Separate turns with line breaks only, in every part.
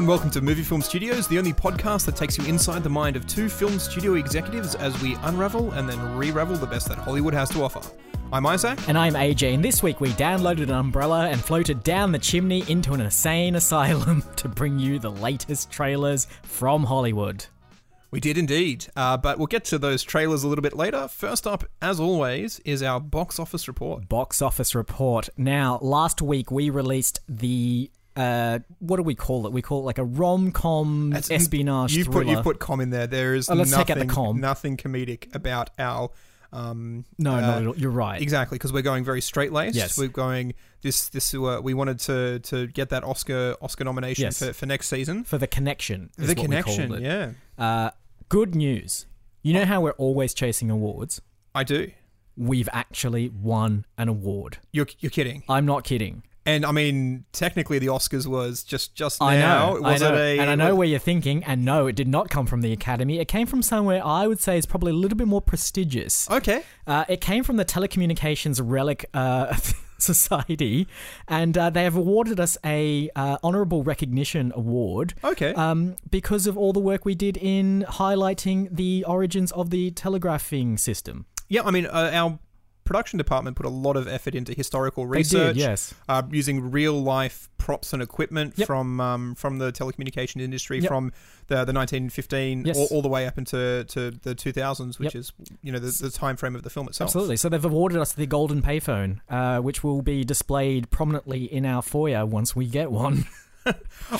welcome to Movie Film Studios, the only podcast that takes you inside the mind of two film studio executives as we unravel and then re-ravel the best that Hollywood has to offer. I'm Isaac.
And I'm AJ, and this week we downloaded an umbrella and floated down the chimney into an insane asylum to bring you the latest trailers from Hollywood.
We did indeed, uh, but we'll get to those trailers a little bit later. First up, as always, is our box office report.
Box office report. Now, last week we released the. Uh, what do we call it? We call it like a rom com
That's-
espionage
You've
thriller.
put you've put com in there. There is
Oh, let's
nothing
take out the com.
nothing comedic about our um,
no,
uh,
not at all. You're right.
Exactly, because we're going very straight laced.
Yes.
we're going this. This uh, we wanted to to get that Oscar Oscar nomination
Yes.
for, for next season.
For the connection. Is
the
what We
connection,
called it.
yeah,
Uh, good news. You know how we're always chasing awards?
I do.
We've actually won an award.
You're you're kidding.
I'm not kidding.
And I mean, technically, the Oscars was just just
I
now.
know.
Was
I know.
it a?
and I know where you're thinking. And no, it did not come from the Academy. It came from somewhere I would say is probably a little bit more prestigious.
Okay.
Uh, it came from the Telecommunications Relic uh, Society, and uh, they have awarded us a uh, honourable recognition award.
Okay.
Um, because of all the work we did in highlighting the origins of the telegraphing system.
yeah. I mean, uh, our production department put a lot of effort into historical
They
research.
did, yes.
uh, using real life props and equipment
Yep.
from um, from the telecommunication industry
Yep.
from the, the 1915
Yes.
all, all the way up into to the 2000s, which is you know the, the time frame of the film itself.
Absolutely. So they've awarded us the golden payphone, uh, which will be displayed prominently in our foyer once we get one.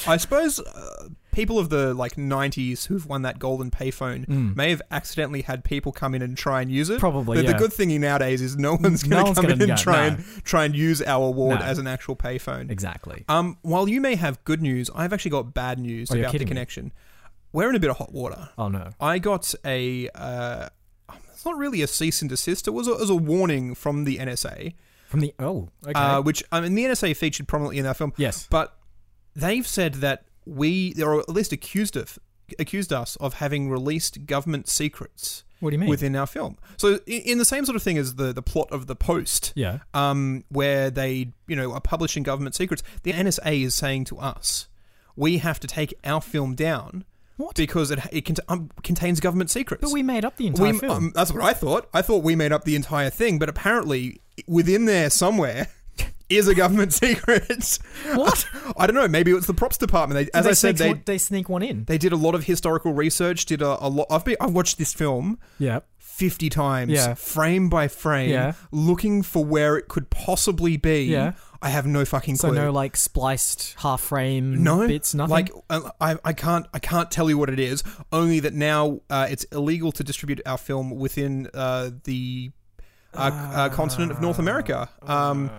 I suppose uh, people of the like 90s who've won that golden payphone
Hmm.
may have accidentally had people come in and try and use it.
Mm. Probably,
But the
yeah.
good thing nowadays is no one's going to
one's
come in and
gonna go,
try
no.
and try and use our award
No.
as an actual payphone.
exactly.
Um, while you may have good news, I've actually got bad news
Oh, you're
about the
kidding me.
connection. We're in a bit of hot water.
Oh no.
I got a. Uh, it's not really a cease and desist. It was a, it was a warning from the NSA,
From the oh, okay.
uh, which I mean the NSA featured prominently in that film,
yes.
but they've said that we, or at least accused of, accused us of having released government secrets
What do you mean?
within our film. So in, in the same sort of thing as the the plot of the Post,
yeah.
um, where they you know are publishing government secrets, the NSA is saying to us, we have to take our film down.
What?
Because it, it cont- um, contains government secrets.
But we made up the entire
We-
film.
um, that's what I thought. I thought we made up the entire thing, but apparently within there somewhere is a government secret.
What?
I don't know. Maybe it was the props department. They, as
they
I said,
sneak
they
one, they sneak one in.
they did a lot of historical research. Did a, a lot. I've been, I've watched this film
yeah.
fifty times,
Yeah.
frame by frame,
Yeah.
looking for where it could possibly be.
Yeah.
I have no fucking
So
clue.
no like spliced half frame
No,
bits, nothing.
Like uh, I, I can't, I can't tell you what it is. Only that now uh, it's illegal to distribute our film within uh, the uh, uh, continent of North
Ah.
America, um,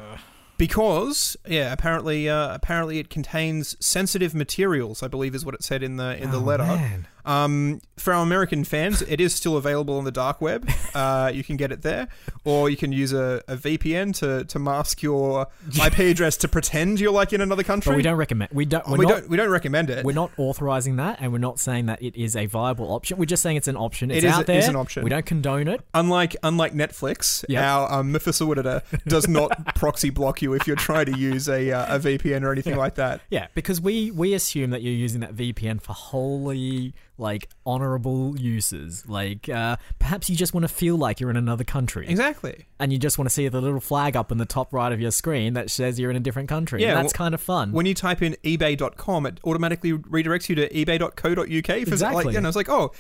because yeah, apparently, uh, apparently it contains sensitive materials. I believe is what it said in the in the letter.
Oh, Man.
Um, for our American fans, it is still available on the dark web. Uh, you can get it there, or you can use a, a VPN to to mask your IP address to pretend you're like in another country.
But we don't recommend. Oh, We don't. We're
We
not.
don't we don't recommend it.
We're not authorizing that, and we're not saying that it is a viable option. We're just saying it's an option. It's
It is-
out
it
there.
is an option.
We don't condone it.
unlike unlike Netflix,
Yep.
our um, Mephisto editor does not proxy block you if you're trying to use a uh, a VPN or anything like that.
Yeah, because we we assume that you're using that VPN for wholly like honorable uses. Like uh, perhaps you just want to feel like you're in another country,
Exactly.
and you just want to see the little flag up in the top right of your screen that says you're in a different country.
Yeah,
and that's
well,
kind of fun.
When you type in eBay.com, it automatically redirects you to eBay.co.uk. For
Exactly.
Like, and I was like, oh,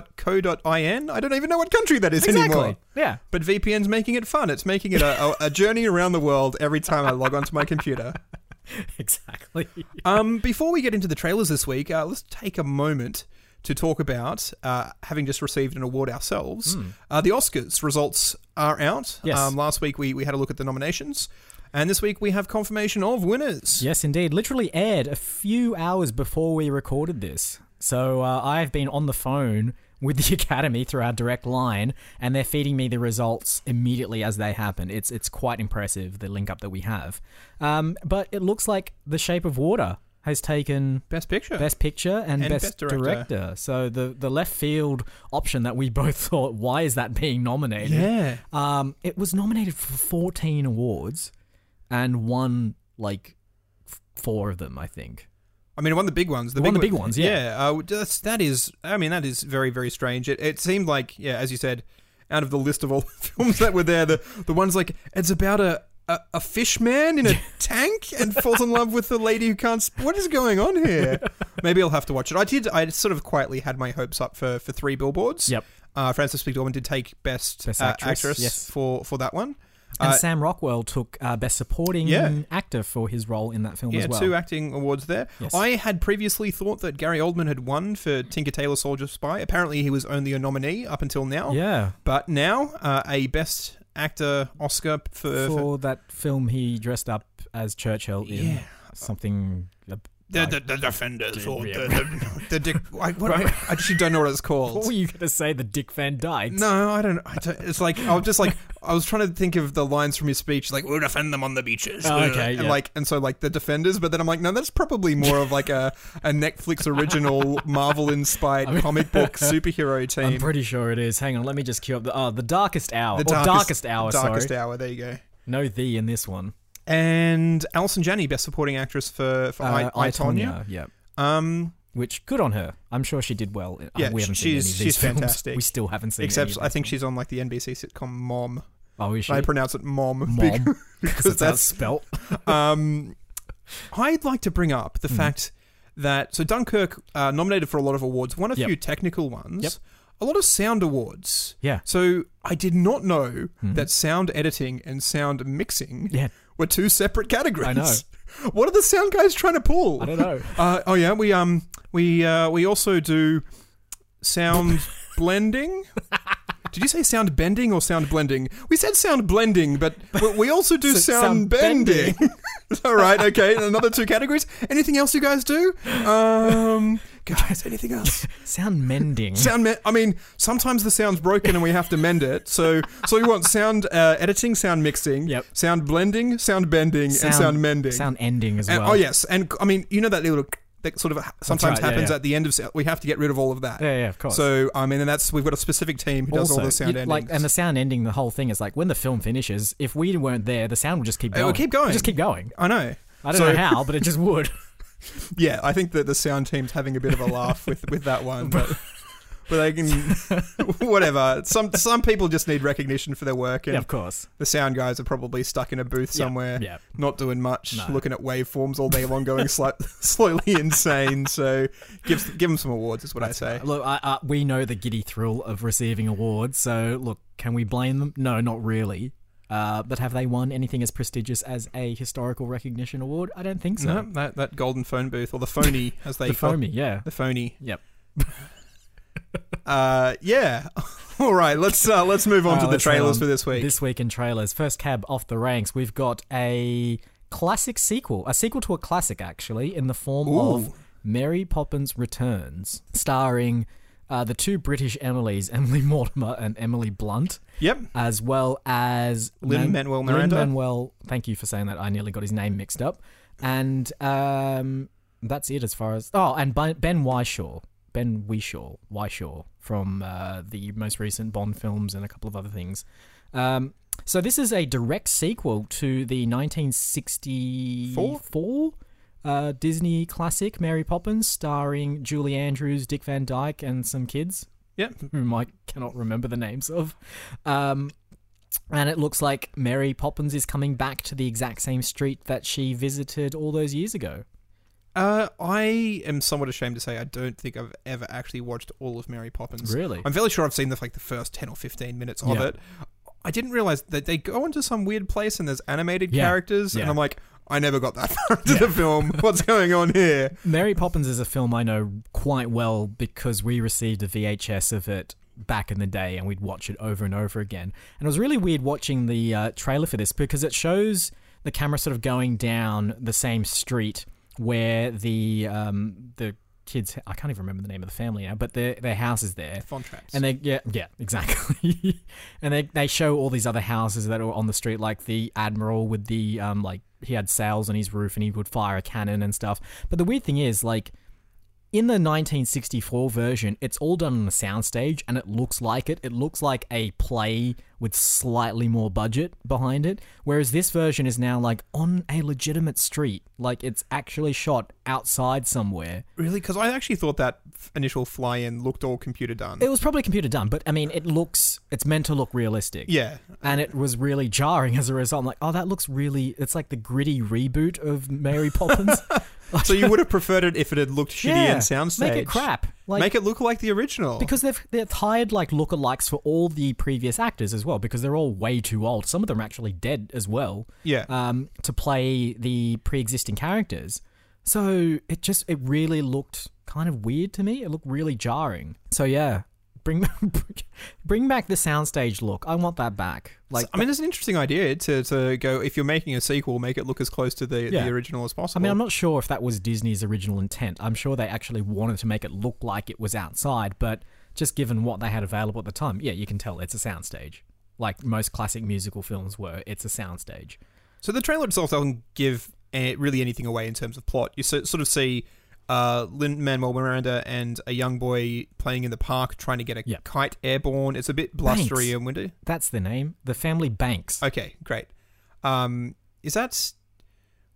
eBay.co.in. I don't even know what country that is
exactly.
anymore.
Yeah.
But VPN's making it fun. It's making it a, a, a journey around the world every time I log onto my computer.
Exactly.
Um, before we get into the trailers this week, uh, let's take a moment to talk about uh, having just received an award ourselves. Uh, the Oscars results are out.
Hmm. Yes.
Um, last week we, we had a look at the nominations, and this week we have confirmation of winners.
Yes, indeed. Literally aired a few hours before we recorded this. So uh, I've been on the phone with the Academy through our direct line, and they're feeding me the results immediately as they happen. It's it's quite impressive the link up that we have. Um, but it looks like The Shape of Water has taken
Best Picture.
Best Picture and,
And
Best,
Best
director.
Director.
So the the left field option that we both thought, why is that being nominated?
Yeah.
Um, it was nominated for 14 awards and won like f- four of them, I think.
I mean, one of the big ones. The
One of the
one-
big ones, yeah.
uh, that's, that is. I mean, that is very, very strange. It, it seemed like, yeah, as you said, out of the list of all the films that were there, the the ones like it's about a a, a fish man in a tank and falls in love with the lady who can't. Sp- what is going on here? Maybe I'll have to watch it. I did. I sort of quietly had my hopes up for for three billboards.
Yep.
Uh, Frances McDormand did take best,
Best
uh,
Actress, yes.
for for that one.
And
Uh,
Sam Rockwell took uh, best supporting
Yeah.
actor for his role in that film
Yeah,
as well.
two acting awards there.
Yes.
I had previously thought that Gary Oldman had won for Tinker Tailor Soldier Spy. Apparently, he was only a nominee up until now.
yeah,
But now, uh, a Best Actor Oscar uh, for. for-
for that film he dressed up as Churchill in
Yeah.
something.
the, the, the defenders or
Yeah.
the, the, the dick. I, what, I actually don't know what it's
What
called.
were Oh, you going to say? The Dick Van Dyke?
No, I don't, I don't. It's like I was just like I was trying to think of the lines from his speech, like "We'll defend them on the beaches." Uh,
Oh, okay,
and
yeah.
like and so like the defenders, but then I'm like, no, that's probably more of like a, a Netflix original Marvel inspired comic book superhero
I'm
team.
pretty sure it is. Hang on, let me just cue up the uh, the darkest hour
the
or darkest, hour.
darkest
sorry,
hour. There you go.
no the in this one.
And Alison Janney, best supporting actress for for I,
Uh,
I, Tonya.
yeah.
Um,
Which good on her. I'm sure she did well. Uh,
Yeah,
we
she's-
haven't seen any of
she's
these films.
fantastic.
We still haven't seen. any
except
of
I
these
think
films.
she's on like the NBC sitcom Mom.
Oh, is she?
I pronounce it Mom,
Mom.
because
that's
that's
spelt.
um, I'd like to bring up
Hmm.
the fact that so Dunkirk uh, nominated for a lot of awards, won a
Yep.
few technical ones,
Yep.
a lot of sound awards.
Yeah.
So I did not know that sound editing and sound mixing
Hmm. Yeah.
were two separate categories.
I know.
What are the sound guys trying to pull?
I don't know.
Uh, oh yeah, we um we uh, we also do sound blending. Did you say sound bending or sound blending? We said sound blending, but we- we also do
S-
sound,
sound
bending. All right, okay. Another two categories. Anything else you guys do? Um, guys, anything else?
Sound mending.
Sound. Me- I mean, sometimes the sound's broken and we have to mend it. So, so we want sound uh, editing, sound mixing,
Yep.
sound blending, sound bending, and sound mending.
Sound ending as
And-
well.
oh yes, and I mean, you know that little that sort of sometimes
right, yeah,
happens
yeah.
at the end of se- we have to get rid of all of that.
Yeah, yeah, of course.
So I mean, and that's we've got a specific team who does all the sound
you-
endings.
like, and the sound ending, the whole thing is like when the film finishes. If we weren't there, the sound would just keep
It
going.
would keep going.
Just keep going.
I know.
I don't
So-
know how, but it just would.
Yeah, I think that the sound team's having a bit of a laugh with with that one, but. But they can, whatever. Some some people just need recognition for their work, and
yeah, of course.
the sound guys are probably stuck in a booth
Yeah,
somewhere,
yeah.
not doing much,
No.
looking at waveforms all day long, going sli- slowly insane. So, give give them some awards, is what I say.
Look, I, I, we know the giddy thrill of receiving awards, so look, can we blame them? No, not really. Uh, but have they won anything as prestigious as a historical recognition award? I don't think so.
No, that, that golden phone booth or the phony, as they
the
call-
foamy, yeah.
the phony.
Yep.
Uh, yeah. All right, let's uh, let's move on
Uh,
to the
let's move
trailers
on.
for this week.
This week in trailers, first cab off the ranks, we've got a classic sequel, a sequel to a classic actually, in the form
Ooh.
of Mary Poppins Returns, starring uh, the two British Emilys, Emily Mortimer and Emily Blunt,
yep.
as well as
Lin-Manuel Miranda.
Lin-Manuel, thank you for saying that. I nearly got his name mixed up, and um, that's it as far as oh, and Ben- Ben Whishaw. Ben Whishaw, Whishaw from uh, the most recent Bond films and a couple of other things. Um, so this is a direct sequel to the 1964 uh, Disney classic Mary Poppins, starring Julie Andrews, Dick Van Dyke, and some kids
Yep.
whom I cannot remember the names of. Um, and it looks like Mary Poppins is coming back to the exact same street that she visited all those years ago.
Uh, I am somewhat ashamed to say I don't think I've ever actually watched all of Mary Poppins.
Really?
I'm fairly sure I've seen the like the first ten or fifteen minutes of
Yeah.
it. I didn't realize that they go into some weird place and there's animated
Yeah.
characters, and
Yeah.
I'm like, I never got that far into the film. What's going on here?
Mary Poppins is a film I know quite well because we received a VHS of it back in the day and we'd watch it over and over again. And it was really weird watching the uh, trailer for this because it shows the camera sort of going down the same street where the um, the kids I can't even remember the name of the family now, but their their house is there.
Fun traps.
And they yeah yeah exactly, and they they show all these other houses that are on the street, like the admiral with the um like he had sails on his roof and he would fire a cannon and stuff. But the weird thing is like in the 1964 version, it's all done on a soundstage and it looks like it. It looks like a play with slightly more budget behind it. Whereas this version is now like on a legitimate street. Like it's actually shot outside somewhere.
Really? Because I actually thought that f- initial fly in looked all computer done.
It was probably computer done, but I mean, it looks, it's meant to look realistic.
yeah.
And it was really jarring as a result. I'm like, oh, that looks really, it's like the gritty reboot of Mary Poppins.
So you would have preferred it if it had looked shitty
Yeah,
and soundstage.
Make it crap. Like,
Make it look like the original.
because they've they've hired like lookalikes for all the previous actors as well because they're all way too old. Some of them are actually dead as well.
Yeah.
Um, to play the pre-existing characters, so it just it really looked kind of weird to me. It looked really jarring. So yeah, bring bring back the soundstage look. I want that back. Like.
So, I mean, it's an interesting idea to, to go if you're making a sequel, make it look as close to the,
Yeah.
the original as
I
possible.
mean, I'm not sure if that was Disney's original intent. I'm sure they actually wanted to make it look like it was outside, but just given what they had available at the time, yeah, you can tell it's a soundstage. Like most classic musical films were, it's a soundstage.
So the trailer itself doesn't give eh, really anything away in terms of plot. You so, sort of see uh, Lin Manuel Miranda and a young boy playing in the park trying to get a
Yeah.
kite airborne. It's a bit blustery
Thanks.
and windy.
That's the name. The family Banks.
Okay, great. Um, is that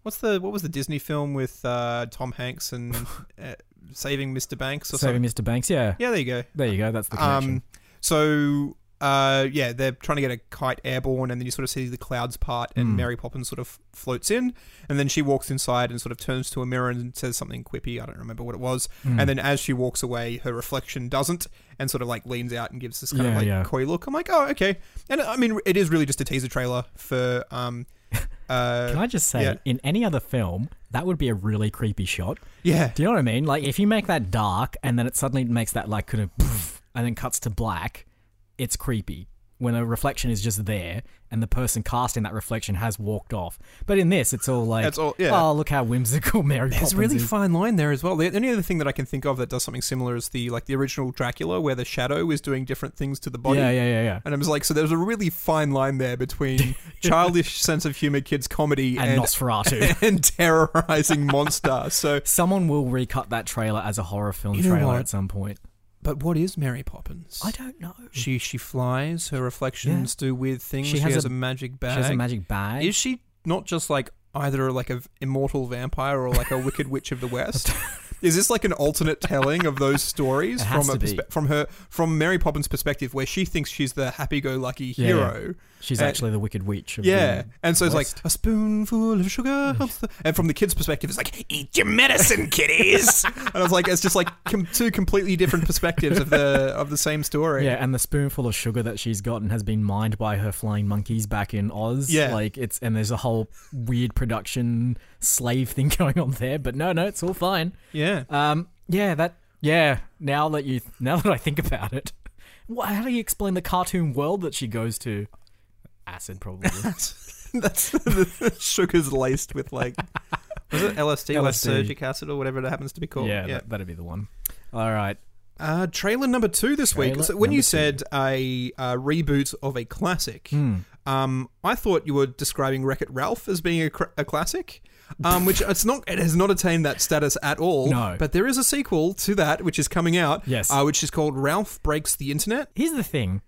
what's the what was the Disney film with uh, Tom Hanks and uh, Saving Mr. Banks or
Saving
something?
Mr. Banks. Yeah.
Yeah, there you go.
There you go. That's the connection.
Um, so uh, yeah, they're trying to get a kite airborne, and then you sort of see the clouds part, and
Mm.
Mary Poppins sort of floats in, and then she walks inside and sort of turns to a mirror and says something quippy. I don't remember what it was.
Mm.
And then as she walks away, her reflection doesn't, and sort of like leans out and gives this kind of
Yeah,
like
yeah.
coy look. I'm like, oh, okay. And I mean, it is really just a teaser trailer for. Um, uh,
Mm. Can I just say,
yeah.
in any other film, that would be a really creepy shot.
yeah.
Do you know what I mean? Like, if you make that dark and then it suddenly makes that, like, kind of poof, and then cuts to black, it's creepy. When a reflection is just there and the person casting that reflection has walked off. But in this, it's all like,
That's all- yeah.
oh, look how whimsical Mary
There's
Poppins
a really
is.
fine line there as well. The only other thing that I can think of that does something similar is the like the original Dracula, where the shadow is doing different things to the body.
Yeah, yeah, yeah, yeah.
And I was like, so there's a really fine line there between childish sense of humor, kids' comedy,
And,
and
Nosferatu.
and terrorizing monster. So,
Someone will recut that trailer as a horror film
You know
trailer
what?
at some point.
but what is Mary Poppins?
I don't know.
she
She,
she flies. Her reflections do weird things. She,
She
has,
has
a,
a-
magic bag.
has a magic bag.
Is she not just like either like a v- immortal vampire or like a wicked witch of the west? Is this like an alternate telling of those stories
It
from
has
a
to be.
perspe- from her from Mary Poppins' perspective, where she thinks she's the happy-go-lucky
Yeah.
hero?
She's
uh,
actually the Wicked Witch. Of
Yeah,
the
and so it's like
West.
a spoonful of sugar, helps the-" and from the kid's perspective, it's like eat your medicine, kiddies. and I was like, it's just like com- two completely different perspectives of the of the same story.
Yeah, and the spoonful of sugar that she's gotten has been mined by her flying monkeys back in Oz.
Yeah.
like it's and there's a whole weird production slave thing going on there. But no, no, it's all fine.
yeah.
Um, yeah, that yeah. Now that you now that I think about it, wha how do you explain the cartoon world that she goes to? Acid, probably.
That's the sugar's laced with like was it LSD, like
LSD.
surgic acid or whatever it happens to be called.
yeah, That, that'd be the one. All right.
Uh, trailer number two this week.
Trailer
So when you
number two. Hmm.
said a uh, reboot of a classic, um, I thought you were describing Wreck It Ralph as being a, cr- a classic, um, which it's not. It has not attained that status at all.
No.
but there is a sequel to that which is coming out.
Yes.
uh, which is called Ralph Breaks the Internet.
Here's the thing.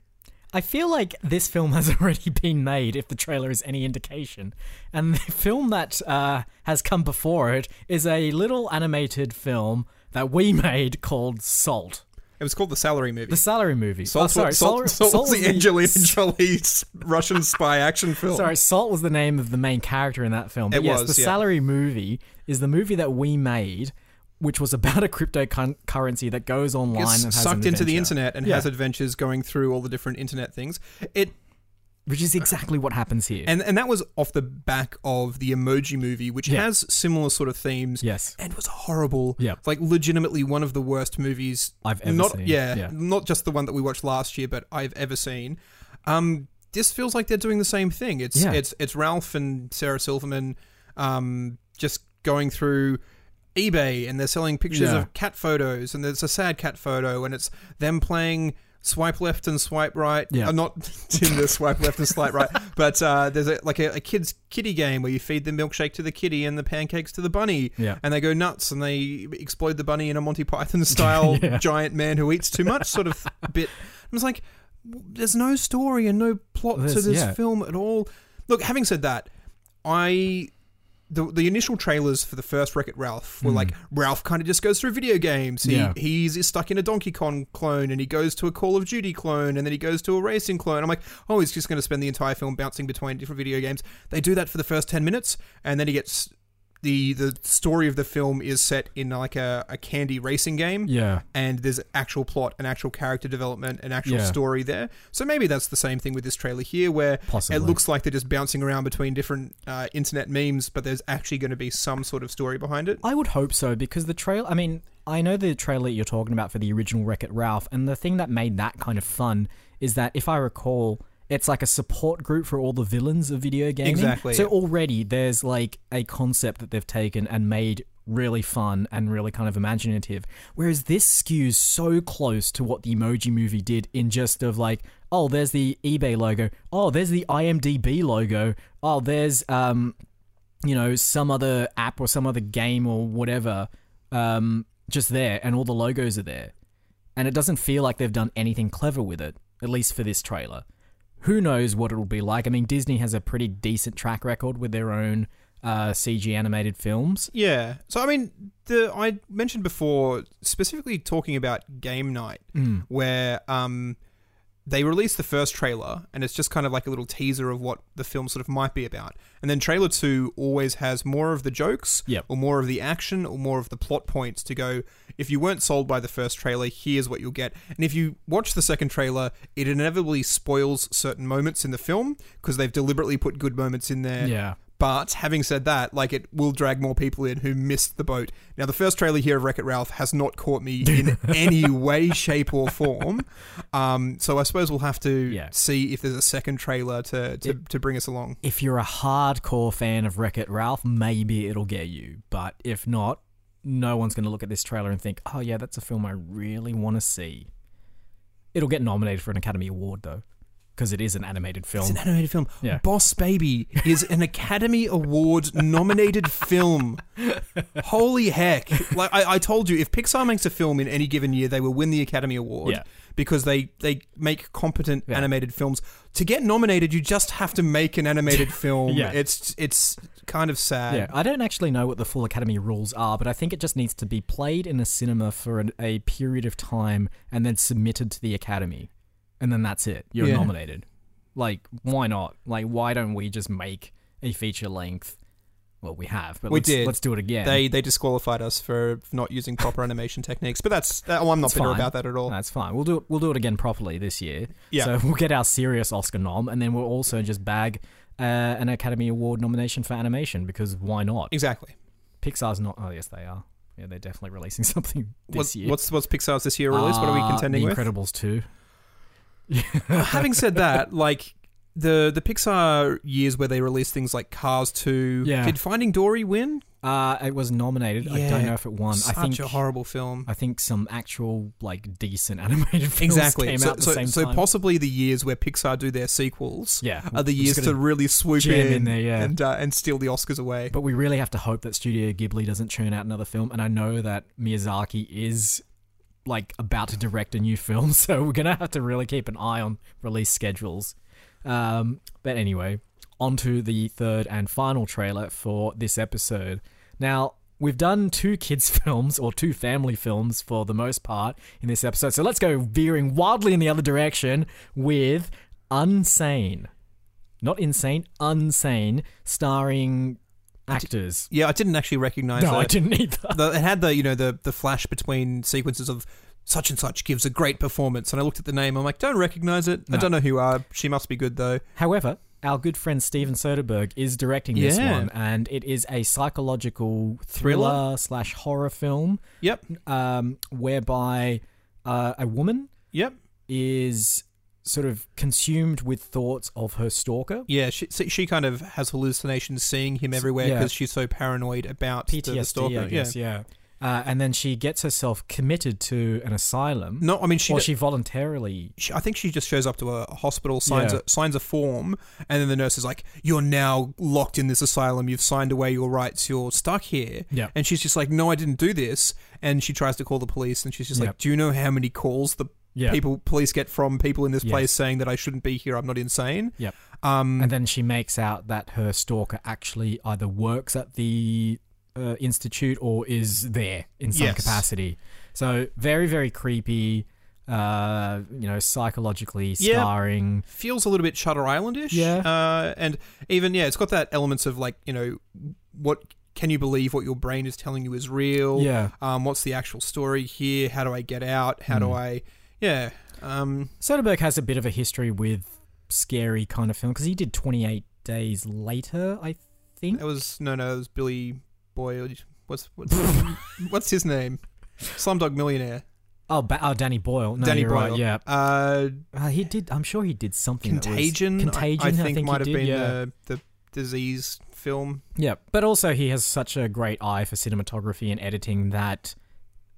I feel like this film has already been made, if the trailer is any indication. And the film that uh, has come before it is a little animated film that we made called Salt,
It was called the Salary Movie.
the salary movie.
Salt,
oh, sorry,
Salt, Salt, was the Angelina Jolie's Russian spy action film.
Sorry, Salt was the name of the main character in that film. But
It
yes,
was,
the
yeah.
salary movie is the movie that we made, which was about a cryptocurrency that goes online
Gets
and has an
sucked into the
adventure,
internet and
Yeah.
has adventures going through all the different internet things. It
which is exactly what happens here.
and and that was off the back of the Emoji Movie, which
Yeah.
has similar sort of themes.
yes,
and was horrible.
Yeah.
like legitimately one of the worst movies
I've ever
not,
seen.
Yeah,
Yeah.
not just the one that we watched last year, but I've ever seen. Um, this feels like they're doing the same thing. It's
Yeah.
it's it's Ralph and Sarah Silverman, um, just going through eBay and they're selling pictures
Yeah.
of cat photos, and there's a sad cat photo, and it's them playing swipe left and swipe right.
Yeah.
Uh, not Tinder, swipe left and swipe right. But uh, there's a, like a, a kid's kitty game where you feed the milkshake to the kitty and the pancakes to the bunny.
Yeah.
And they go nuts and they explode the bunny in a Monty Python style
Yeah.
giant man who eats too much sort of bit. I was like, w- there's no story and no plot to
There's-
this
yeah.
film at all. Look, having said that, I the, the initial trailers for the first Wreck It Ralph were like Ralph kind of just goes through video games. He,
Hmm. Yeah.
He's stuck in a Donkey Kong clone and he goes to a Call of Duty clone and then he goes to a racing clone. I'm like, oh, he's just going to spend the entire film bouncing between different video games. They do that for the first 10 minutes and then he gets. The, the story of the film is set in like a, a candy racing game
Yeah.
and there's actual plot and actual character development and actual
Yeah.
story there. So maybe that's the same thing with this trailer here, where
Possibly.
it looks like they're just bouncing around between different uh, internet memes, but there's actually going to be some sort of story behind it.
I would hope so because the trail. I mean, I know the trailer you're talking about for the original Wreck It Ralph, and the thing that made that kind of fun is that, if I recall, it's like a support group for all the villains of video gaming.
Exactly.
So already there's like a concept that they've taken and made really fun and really kind of imaginative. Whereas this skews so close to what the Emoji Movie did in just of like, oh, there's the eBay logo, oh, there's the IMDb logo, oh, there's um, you know, some other app or some other game or whatever, um, just there, and all the logos are there. And it doesn't feel like they've done anything clever with it, at least for this trailer. Who knows what it'll be like? I mean, Disney has a pretty decent track record with their own uh, CG animated films.
Yeah. So I mean, the I mentioned before specifically talking about game night, where um, they released the first trailer, and it's just kind of like a little teaser of what the film sort of might be about. And then trailer two always has more of the jokes,
Yep.
or more of the action, or more of the plot points to go. If you weren't sold by the first trailer, here's what you'll get. And if you watch the second trailer, it inevitably spoils certain moments in the film because they've deliberately put good moments in there.
Yeah.
But having said that, like it will drag more people in who missed the boat. Now, the first trailer here of Wreck It Ralph has not caught me in any way, shape, or form. Um, so I suppose we'll have to
Yeah.
see if there's a second trailer to to, to bring us along.
If you're a hardcore fan of Wreck It Ralph, maybe it'll get you. But if not, no one's going to look at this trailer and think, oh, yeah, that's a film I really want to see. It'll get nominated for an Academy Award, though, because it is an animated film.
It's an animated film.
Yeah.
Boss Baby is an Academy Award nominated film. Holy heck. Like I, I told you, if Pixar makes a film in any given year, they will win the Academy Award
Yeah.
because they, they make competent
Yeah.
animated films. To get nominated, you just have to make an animated film.
Yeah.
It's it's kind of sad.
yeah, I don't actually know what the full Academy rules are, but I think it just needs to be played in a cinema for an, a period of time and then submitted to the Academy. And then that's it. You're
Yeah.
nominated. Like, why not? Like, why don't we just make a feature length? Well, we have, but
We
let's,
did.
let's do it again.
They they disqualified us for not using proper animation techniques, but that's that, oh, I'm not
It's
bitter
fine.
about that at all.
That's fine. We'll do it. We'll do it again properly this year.
Yeah.
So we'll get our serious Oscar nom, and then we'll also just bag uh, an Academy Award nomination for animation because why not?
Exactly.
Pixar's not. Oh yes, they are. Yeah, they're definitely releasing something this
What's,
year.
what's what's Pixar's this year release? what are we
Ah,
contending
the
with?
Incredibles two.
having said that, like the the Pixar years where they released things like Cars Two,
Yeah.
did Finding Dory win?
Uh, it was nominated. I don't
Yeah,
know if it won.
Such
I think
a horrible film.
I think some actual like decent animated films
Exactly.
came
So,
out at the
so,
same
so
time.
possibly the years where Pixar do their sequels
yeah,
are the
we're
years
just
to
gonna-
really swoop
jam
in,
in there, yeah.
and uh, and steal the Oscars away.
But we really have to hope that Studio Ghibli doesn't churn out another film. And I know that Miyazaki is like about to direct a new film, so we're gonna have to really keep an eye on release schedules. Um, but anyway, on to the third and final trailer for this episode. Now. We've done two kids' films or two family films for the most part in this episode, so let's go veering wildly in the other direction with Unsane. Not insane, Unsane, starring actors
Yeah, I didn't actually recognize
no,
that.
I didn't either.
The- it had the you know the the flash between sequences of such and such gives a great performance, and I looked at the name. I'm like, don't recognize it.
No.
I don't know who you are. She must be good though.
However, our good friend Steven Soderbergh is directing this
Yeah.
one, and it is a psychological thriller,
Thriller?
slash horror film,
Yep,
um, whereby uh, a woman
yep.
is sort of consumed with thoughts of her stalker.
Yeah, she so she kind of has hallucinations seeing him everywhere
yeah.
because she's so paranoid about the- the
PTSD,
stalker.
I guess,
yeah.
yeah. Uh, and then she gets herself committed to an asylum.
No, I mean Mm, she.
or
d-
she voluntarily.
she- I think she just shows up to a hospital, signs
Yeah.
a signs a form, and then the nurse is like, "You're now locked in this asylum. You've signed away your rights. You're stuck here."
Yeah.
And she's just like, "No, I didn't do this." And she tries to call the police, and she's just
Yeah.
like, "Do you know how many calls the
Yeah.
people police get from people in this
Yes.
place saying that I shouldn't be here? I'm not insane."
Yep.
Um.
And then she makes out that her stalker actually either works at the uh, institute or is there in some
Yes.
capacity. So very, very creepy. Uh, you know, psychologically
Yeah.
scarring.
feels a little bit Shutter Islandish.
Yeah.
Uh, and even yeah, it's got that elements of like you know what can you believe what your brain is telling you is real.
Yeah.
Um, what's the actual story here? How do I get out? How
Hmm.
do I? Yeah. Um.
Soderbergh has a bit of a history with scary kind of film because he did 28 Days Later, I think.
That was no, no. It was Billy Boyd. What's what's, what's his name? Slumdog Millionaire.
Oh, ba- oh Danny Boyle. No,
Danny
you're
Boyle.
right. Yeah,
Uh,
uh, he did. I'm sure he did something. that was-
Contagion. I-
Contagion.
I, think, might
he
have
did,
been
yeah.
the the disease film.
Yeah, but also he has such a great eye for cinematography and editing that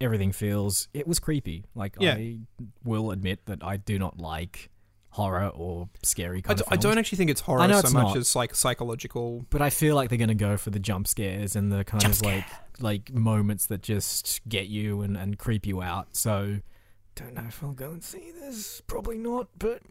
everything feels it was creepy. Like
Yeah.
I will admit that I do not like horror or scary
I,
kind
d-
of
I
films.
don't actually think it's horror
I know
so
it's
much
not.
as like psychological.
but I feel like they're gonna go for the jump scares and the kind of like like moments that just get you and, and creep you out. So don't know if I'll go and see this. Probably not, but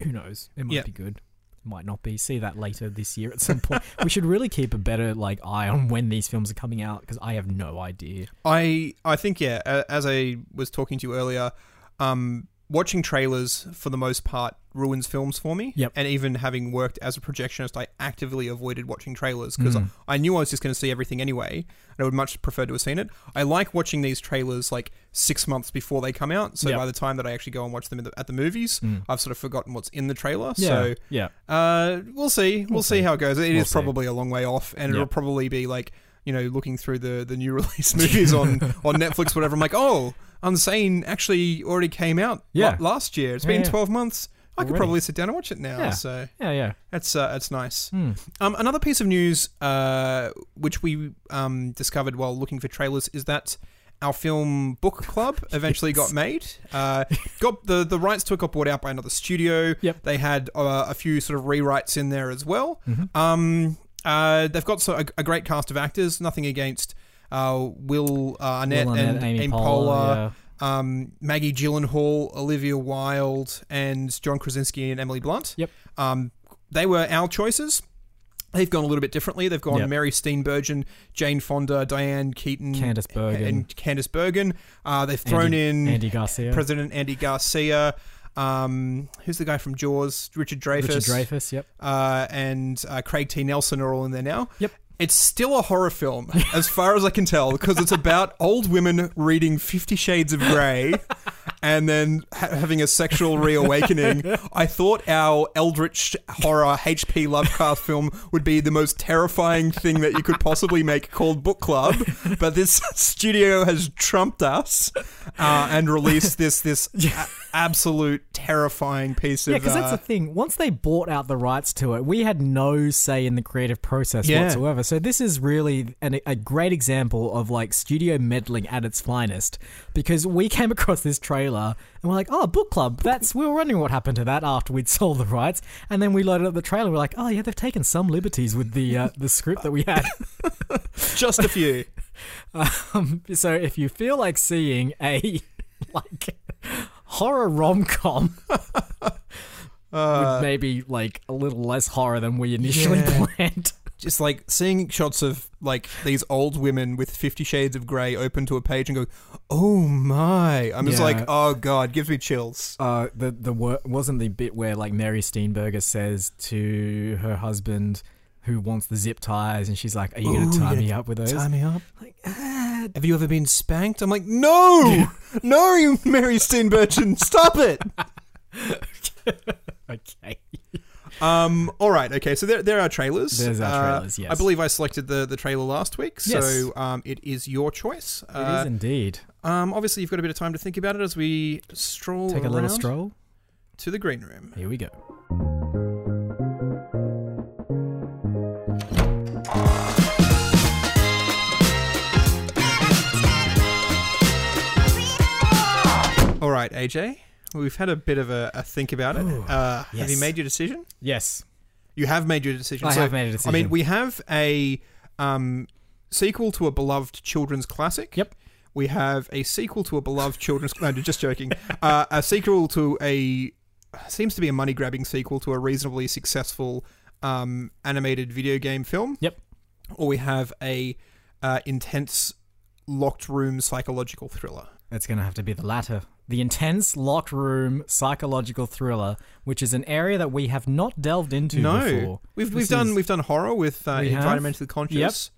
who knows? It might
Yeah.
be good. Might not be. See that later this year at some point. we should really keep a better like eye on when these films are coming out because I have no idea.
I I think yeah. a- As I was talking to you earlier, um, watching trailers for the most part ruins films for me.
Yep.
And even having worked as a projectionist, I actively avoided watching trailers because
Mm.
I, knew I was just going to see everything anyway, and I would much prefer to have seen it. I like watching these trailers like six months before they come out, so
Yep. Mm.
by the time that I actually go and watch them in the, at the movies, I've sort of forgotten what's in the trailer. So
yeah.
uh, we'll see. We'll, see.
see.
how it goes. It is
We'll see.
probably a long way off, and
Yeah.
it'll probably be like you know looking through the the new release movies on on Netflix, whatever. I'm like, oh, Unsane actually already came out la-
Yeah.
last year. It's
Yeah,
been
yeah.
12 months. I could
Already.
probably sit down and watch it now.
Yeah.
So
Yeah, yeah.
that's uh, that's nice.
Hmm.
Um, another piece of news, uh, which we um, discovered while looking for trailers, is that our film book club eventually
Yes.
got made. Uh, got the the rights to it got bought out by another studio.
Yep.
They had uh, a few sort of rewrites in there as well.
mm-hmm.
Um, uh, they've got so, a, a great cast of actors. Nothing against uh, Will uh, Arnett,
Will Arnett,
and
Amy
Amy
Poehler,
Poehler, um, Maggie Gyllenhaal, Olivia Wilde, and John Krasinski and Emily Blunt.
Yep.
Um, they were our choices. They've gone a little bit differently. They've gone
Yep.
Mary Steenburgen, Jane Fonda, Diane Keaton,
Candice Bergen.
and Candice Bergen. Uh, they've thrown in
Andy Garcia,
President Andy Garcia. Um, who's the guy from Jaws? Richard Dreyfuss.
Richard Dreyfuss. Yep.
Uh, and uh, Craig T. Nelson are all in there now.
Yep.
It's still a horror film, as far as I can tell, because it's about old women reading Fifty Shades of Grey and then ha- having a sexual reawakening. I thought our eldritch horror H.P. Lovecraft film would be the most terrifying thing that you could possibly make called Book Club, but this studio has trumped us uh, and released this this a- absolute terrifying piece
Yeah,
of.
because that's
uh,
the thing. Once they bought out the rights to it, we had no say in the creative process
Yeah.
whatsoever. So this is really an, a great example of like studio meddling at its finest. Because we came across this trailer and we're like, "Oh, book club." That's we were wondering what happened to that after we'd sold the rights, and then we loaded up the trailer. We're like, "Oh yeah, they've taken some liberties with the uh, the script that we had."
just a few.
Um, so if you feel like seeing a like horror rom com with maybe like a little less horror than we initially
Yeah.
planned.
just like seeing shots of like these old women with Fifty Shades of Grey open to a page and go, "Oh my!" I'm just
Yeah.
like, "Oh god," gives me chills.
Uh, the the wor- wasn't the bit where like Mary Steenburger says to her husband who wants the zip ties, and she's like, "Are you
Ooh,
gonna tie
yeah,
me up with those?"
Tie me up.
Like, ah,
Have you ever been spanked? I'm like, no, no, you Mary Steenburgen, stop it.
okay.
Um, all right, okay, so there, there are trailers.
There's our
Uh,
trailers, yes.
I believe I selected the, the trailer last week,
Yes.
so um, it is your choice.
it is
Uh,
indeed.
um, obviously, you've got a bit of time to think about it as we stroll
Take a little
around
stroll.
to the green room.
Here we go.
AJ? We've had a bit of a, a think about it.
Ooh,
Uh, Have you
yes.
made your decision?
Yes,
You have made your decision.
I
So,
have made a
I
decision.
mean, we have a um, sequel to a beloved children's classic.
Yep.
We have a sequel to a beloved children's. no, just joking. Uh, a sequel to a seems to be a money grabbing sequel to a reasonably successful um, animated video game film.
Yep.
Or we have a uh, intense locked room psychological thriller.
It's going to have to be the latter. The intense locked room psychological thriller, which is an area that we have not delved into
no,
before.
we've
This
we've done
is-
we've done horror with uh,
We have.
environmentally conscious.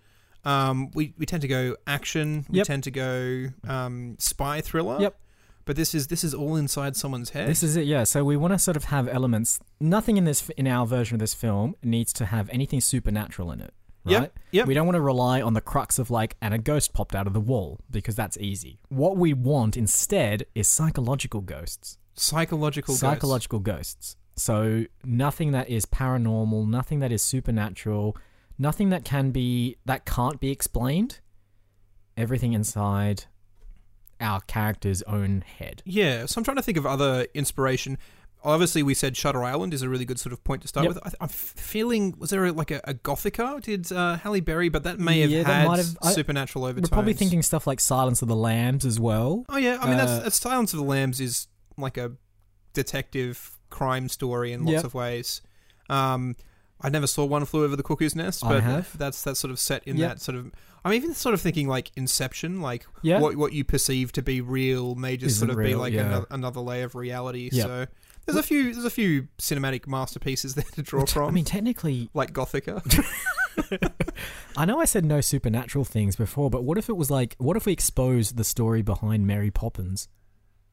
Um, we we tend to go action. We
Yep.
tend to go um, spy thriller.
Yep.
But this is this is all inside someone's head.
This is it, yeah. So we want to sort of have elements. Nothing in this in our version of this film needs to have anything supernatural in it,
Yep,
right?
yep.
We don't want to rely on the crux of like, and a ghost popped out of the wall because that's easy. What we want instead is psychological ghosts,
psychological. ghosts.
psychological ghosts. So nothing that is paranormal, nothing that is supernatural, nothing that can be that can't be explained. Everything inside our character's own head.
Yeah. So I'm trying to think of other inspiration. Obviously, we said Shutter Island is a really good sort of point to start
Yep.
with. I, th- I'm f- feeling was there a, like a, a Gothica? Did uh, Halle Berry? But that may have
Yeah, that
had
might have- I-
supernatural overtones.
We're probably thinking stuff like Silence of the Lambs as well.
Oh yeah, I mean
Uh,
that's, that's Silence of the Lambs is like a detective crime story in lots
Yep.
of ways. Um, I never saw One Flew Over the Cuckoo's Nest,
I
but
have.
that's that's sort of set in
Yep.
that sort of. I'm even sort of thinking like Inception, like
Yeah.
what what you perceive to be real may just
Isn't
sort of be
real,
like
yeah.
another, another layer of reality.
Yep.
So there's a few there's a few cinematic masterpieces there to draw from,
I mean, technically,
like Gothica.
I know I said no supernatural things before, but what if it was like, what if we exposed the story behind Mary Poppins?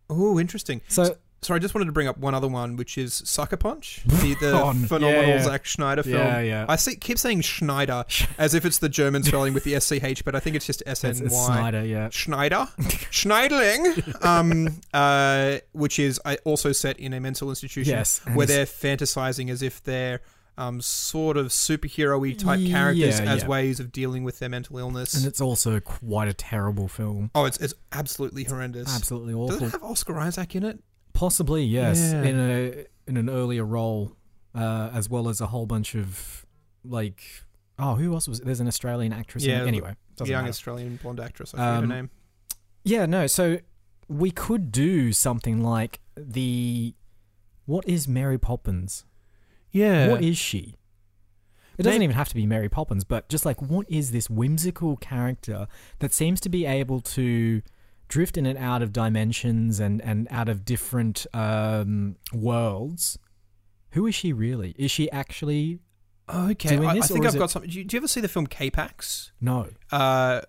oh, interesting.
So,
So I just wanted to bring up one other one, which is Sucker Punch, the, the
Oh, n-
phenomenal
yeah, yeah.
Zack Schneider film.
Yeah, yeah.
I see, keep saying Schneider as if it's the German spelling with the SCH, but I think it's just
it's, it's
SNY.
Snyder, yeah.
Schneider, Schneidling, um, uh, which is uh, also set in a mental institution
Yes, and
where
it's-
they're fantasizing as if they're um, sort of superhero-y type characters
Yeah,
as
yeah.
ways of dealing with their mental illness.
And it's also quite a terrible film.
oh, it's, it's absolutely horrendous.
Absolutely
Does
awful.
it have Oscar Isaac in it?
Possibly, yes,
Yeah.
in a in an earlier role, uh, as well as a whole bunch of like, oh, who else was? There's an Australian actress.
Yeah,
in it. anyway, doesn't
Young
matter.
Australian blonde actress. I forget her
Um,
name.
Yeah, no. So we could do something like the what is Mary Poppins?
Yeah.
What is she? It doesn't
Maybe-
even have to be Mary Poppins, but just like what is this whimsical character that seems to be able to drift in and out of dimensions and and out of different um, worlds? Who is she really? Is she actually
Oh, Okay,
doing
I,
this,
I
or
think
is
I've
it-
got something. Do you, do you ever see the film K-Pax?
no?
Uh,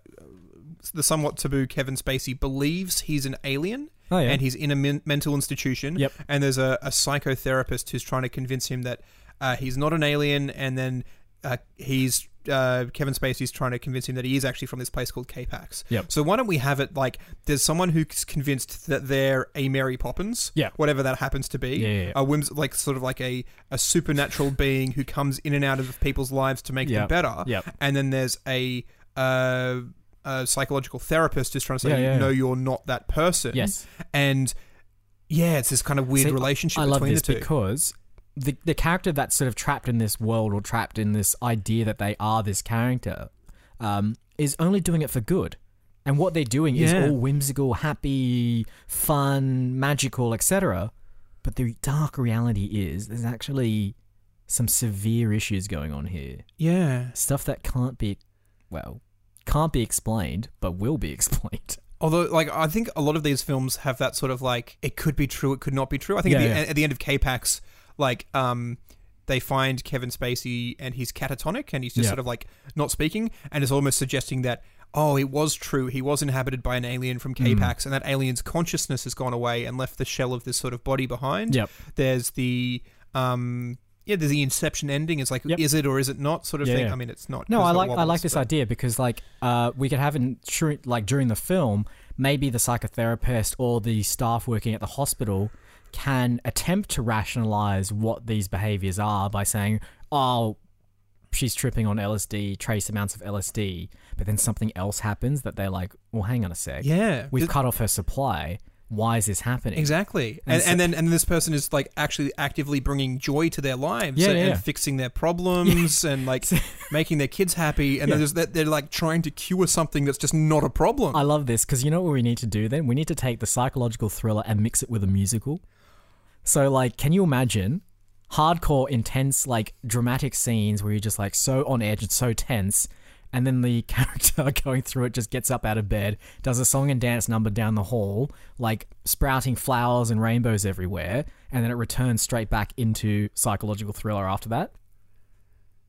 the somewhat taboo Kevin Spacey believes he's an alien
Oh yeah,
and he's in a men- mental institution.
Yep.
And there's a, a psychotherapist who's trying to convince him that uh, he's not an alien, and then uh, he's uh, Kevin Spacey's trying to convince him that he is actually from this place called K-Pax.
Yep.
So why don't we have it like there's someone who's convinced that they're a Mary Poppins.
Yeah.
Whatever that happens to be.
Yeah, yeah, yeah.
A whims like sort of like a, a supernatural being who comes in and out of people's lives to make them
Yep.
better.
Yep.
And then there's a uh, a psychological therapist who's trying to say,
Yeah, yeah,
no,
yeah.
you're not that person
yes.
and yeah, it's this kind of weird
See,
relationship
I love
between
this
the two.
because the the character that's sort of trapped in this world or trapped in this idea that they are this character um, is only doing it for good, and what they're doing is
Yeah.
all whimsical, happy, fun, magical, etc. But the dark reality is there's actually some severe issues going on here.
yeah.
Stuff that can't be, well, can't be explained, but will be explained.
Although, like, I think a lot of these films have that sort of like, it could be true, it could not be true. I think at,
Yeah,
the,
yeah.
at the end of K-Pax, like, um, they find Kevin Spacey and he's catatonic and he's just
Yeah.
sort of like not speaking and it's almost suggesting that, oh, it was true. He was inhabited by an alien from
Mm-hmm.
K-Pax and that alien's consciousness has gone away and left the shell of this sort of body behind.
Yep.
There's the, um, yeah, there's the Inception ending. It's like,
Yep.
is it or is it not sort of
Yeah,
thing.
yeah.
I mean, it's not.
No,
'cause
I
it
like I
wobbles,
like this
but-
idea because like uh, we could have in sure, like during the film, maybe the psychotherapist or the staff working at the hospital can attempt to rationalize what these behaviors are by saying, "Oh, she's tripping on LSD, trace amounts of LSD," but then something else happens that they're like, "Well, hang on a sec,
Yeah.
we've
Th-
cut off her supply." why is this happening?
Exactly.
And
And,
so-
and then and this person is like actually actively bringing joy to their lives
Yeah,
and,
yeah,
and
yeah.
fixing their problems and like making their kids happy. And
Yeah.
they're, just, they're, they're like trying to cure something that's just not a problem.
I love this because you know what we need to do then? We need to take the psychological thriller and mix it with a musical. So, like, can you imagine hardcore, intense, like dramatic scenes where you're just like so on edge and so tense, and then the character going through it just gets up out of bed, does a song and dance number down the hall, like sprouting flowers and rainbows everywhere, and then it returns straight back into psychological thriller after that?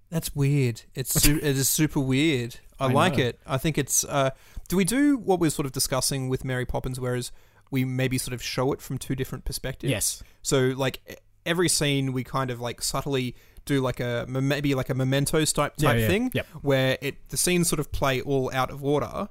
That's weird. It's su- it is super weird. I,
I
like
know.
it. I think it's. Uh, do we do what we we're sort of discussing with Mary Poppins, whereas we maybe sort of show it from two different perspectives?
Yes.
So like e- every scene, we kind of like subtly do like a maybe like a mementos type
Yeah,
type
yeah,
thing,
yep.
where it the scenes sort of play all out of order,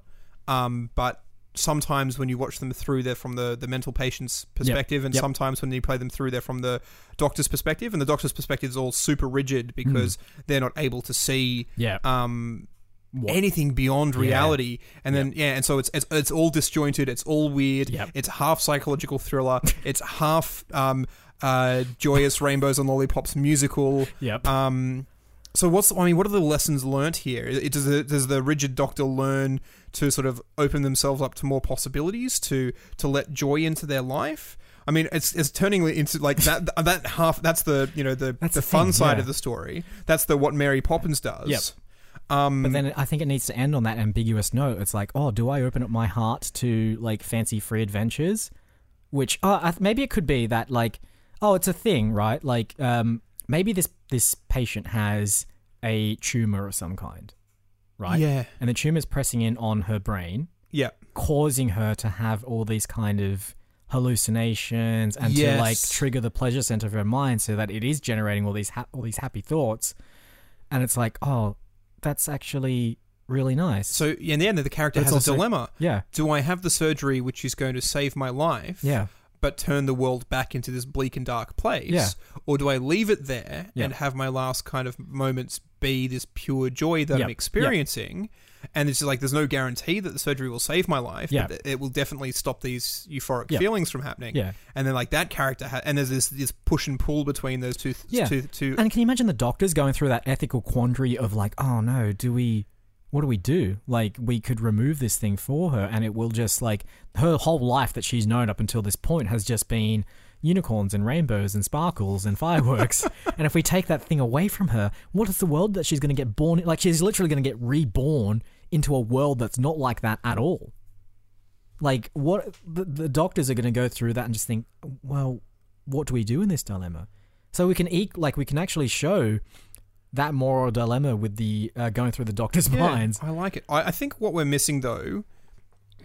um, but. Sometimes when you watch them through, they're from the, the mental patient's perspective, and
yep.
sometimes when you play them through, they're from the doctor's perspective. And the doctor's perspective is all super
Hmm.
rigid because they're not able to see
Yeah.
um,
What?
anything beyond
Yeah.
reality. And then yeah, and so it's it's, it's all disjointed. It's all weird.
Yep.
It's half psychological thriller. it's half um, uh, joyous rainbows and lollipops musical.
Yep.
Um, so what's I mean? What are the lessons learnt here? It, does the does the rigid doctor learn to sort of open themselves up to more possibilities to to let joy into their life? I mean, it's, it's turning into like that that half. That's the you know the
That's
the
the
fun
thing,
side
yeah.
of the story. That's the what Mary Poppins does.
Yep.
Um,
But then I think it needs to end on that ambiguous note. It's like, oh, do I open up my heart to like fancy free adventures? Which, oh, I th- maybe it could be that like, oh, it's a thing, right? Like, um, maybe this this patient has a tumor of some kind, right?
Yeah.
And the tumor's pressing in on her brain,
Yeah.
causing her to have all these kind of hallucinations and to like
Yes.
trigger the pleasure center of her mind so that it is generating all these ha- all these happy thoughts and it's like oh that's actually really nice
So in the end, the character
But it's
has
also-
a dilemma.
yeah
Do I have the surgery which is going to save my life,
yeah
but turn the world back into this bleak and dark place?
Yeah.
Or do I leave it there
Yeah.
and have my last kind of moments be this pure joy that
Yep.
I'm
Yep.
experiencing? And it's just like there's no guarantee that the surgery will save my life,
Yeah.
but it will definitely stop these euphoric
Yeah.
feelings from happening.
yeah
And then like that character, ha- and there's this, this push and pull between those two, th-
Yeah.
two, two
and can you imagine the doctors going through that ethical quandary of like oh no do we what do we do like we could remove this thing for her and it will just like her whole life that she's known up until this point has just been unicorns and rainbows and sparkles and fireworks and if we take that thing away from her what is the world that she's going to get born in like she's literally going to get reborn into a world that's not like that at all like what the, the doctors are going to go through that and just think well what do we do in this dilemma so we can eat like we can actually show that moral dilemma with the uh, going through the doctor's
Yeah,
minds
I like it. I, I think what we're missing though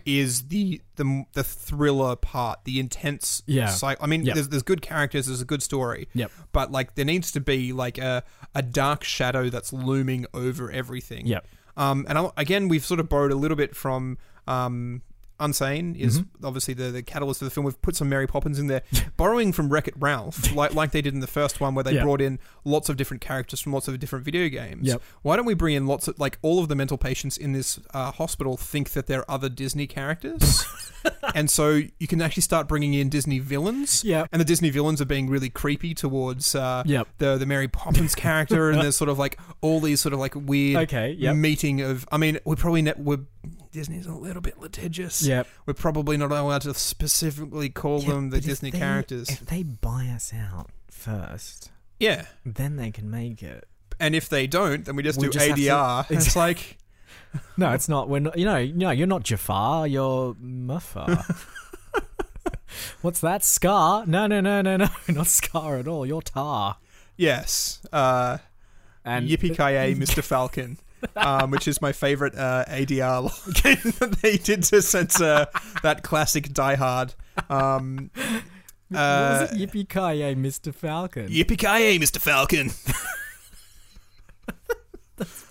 is the the the thriller part, the intense.
Yeah.
Psych- I mean,
Yep.
there's there's good characters, there's a good story.
Yep.
But like, there needs to be like a a dark shadow that's looming over everything.
Yep.
Um, and I, again, we've sort of borrowed a little bit from um. Unsane is
Mm-hmm.
obviously the, the catalyst for the film. We've put some Mary Poppins in there, borrowing from Wreck It Ralph, like like they did in the first one, where they
Yeah.
brought in lots of different characters from lots of different video games
Yep.
why don't we bring in lots of like all of the mental patients in this uh, hospital think that they're other Disney characters, and so you can actually start bringing in Disney villains.
Yep.
and the Disney villains are being really creepy towards uh,
Yep.
the the Mary Poppins character, and there's sort of like all these sort of like weird
Okay, yep.
meeting of. I mean, we're probably ne- we're Disney's a little bit litigious.
Yep.
we're probably not allowed to specifically call them the Disney characters.
if they buy us out first
yeah,
then they can make it
and if they don't, then we just
We
do
just have to-
ADR. It's like.
no it's not we're not you know no you're not jafar you're muffa what's that scar no no no no no not scar at all you're tar
Yes. Uh,
and
Yippee ki Mr. Falcon, um, which is my favorite uh, ADR line that they did to censor that classic Die Hard. Um, uh,
what was it? Yippee-ki-yay, Mr. Falcon.
Yippee ki Mr. Falcon.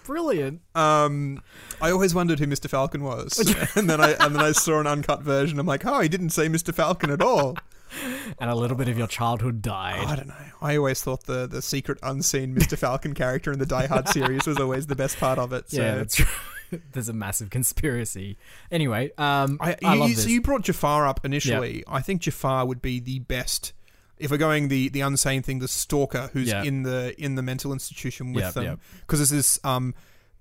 Brilliant.
Um, I always wondered who Mr. Falcon was, and then I and then I saw an uncut version. I'm like, oh, he didn't say Mr. Falcon at all.
And a little bit of your childhood died.
I don't know. I always thought the the secret unseen Mr. Falcon character in the Die Hard series was always the best part of it. So.
Yeah, that's right. There's a massive conspiracy. Anyway, um,
I,
I,
you,
love
you-
this.
So you brought Jafar up initially. I think Jafar would be the best. If we're going the the unsane thing, the stalker who's
Yeah.
in the in the mental institution with
Yeah, yeah.
them, because there's this um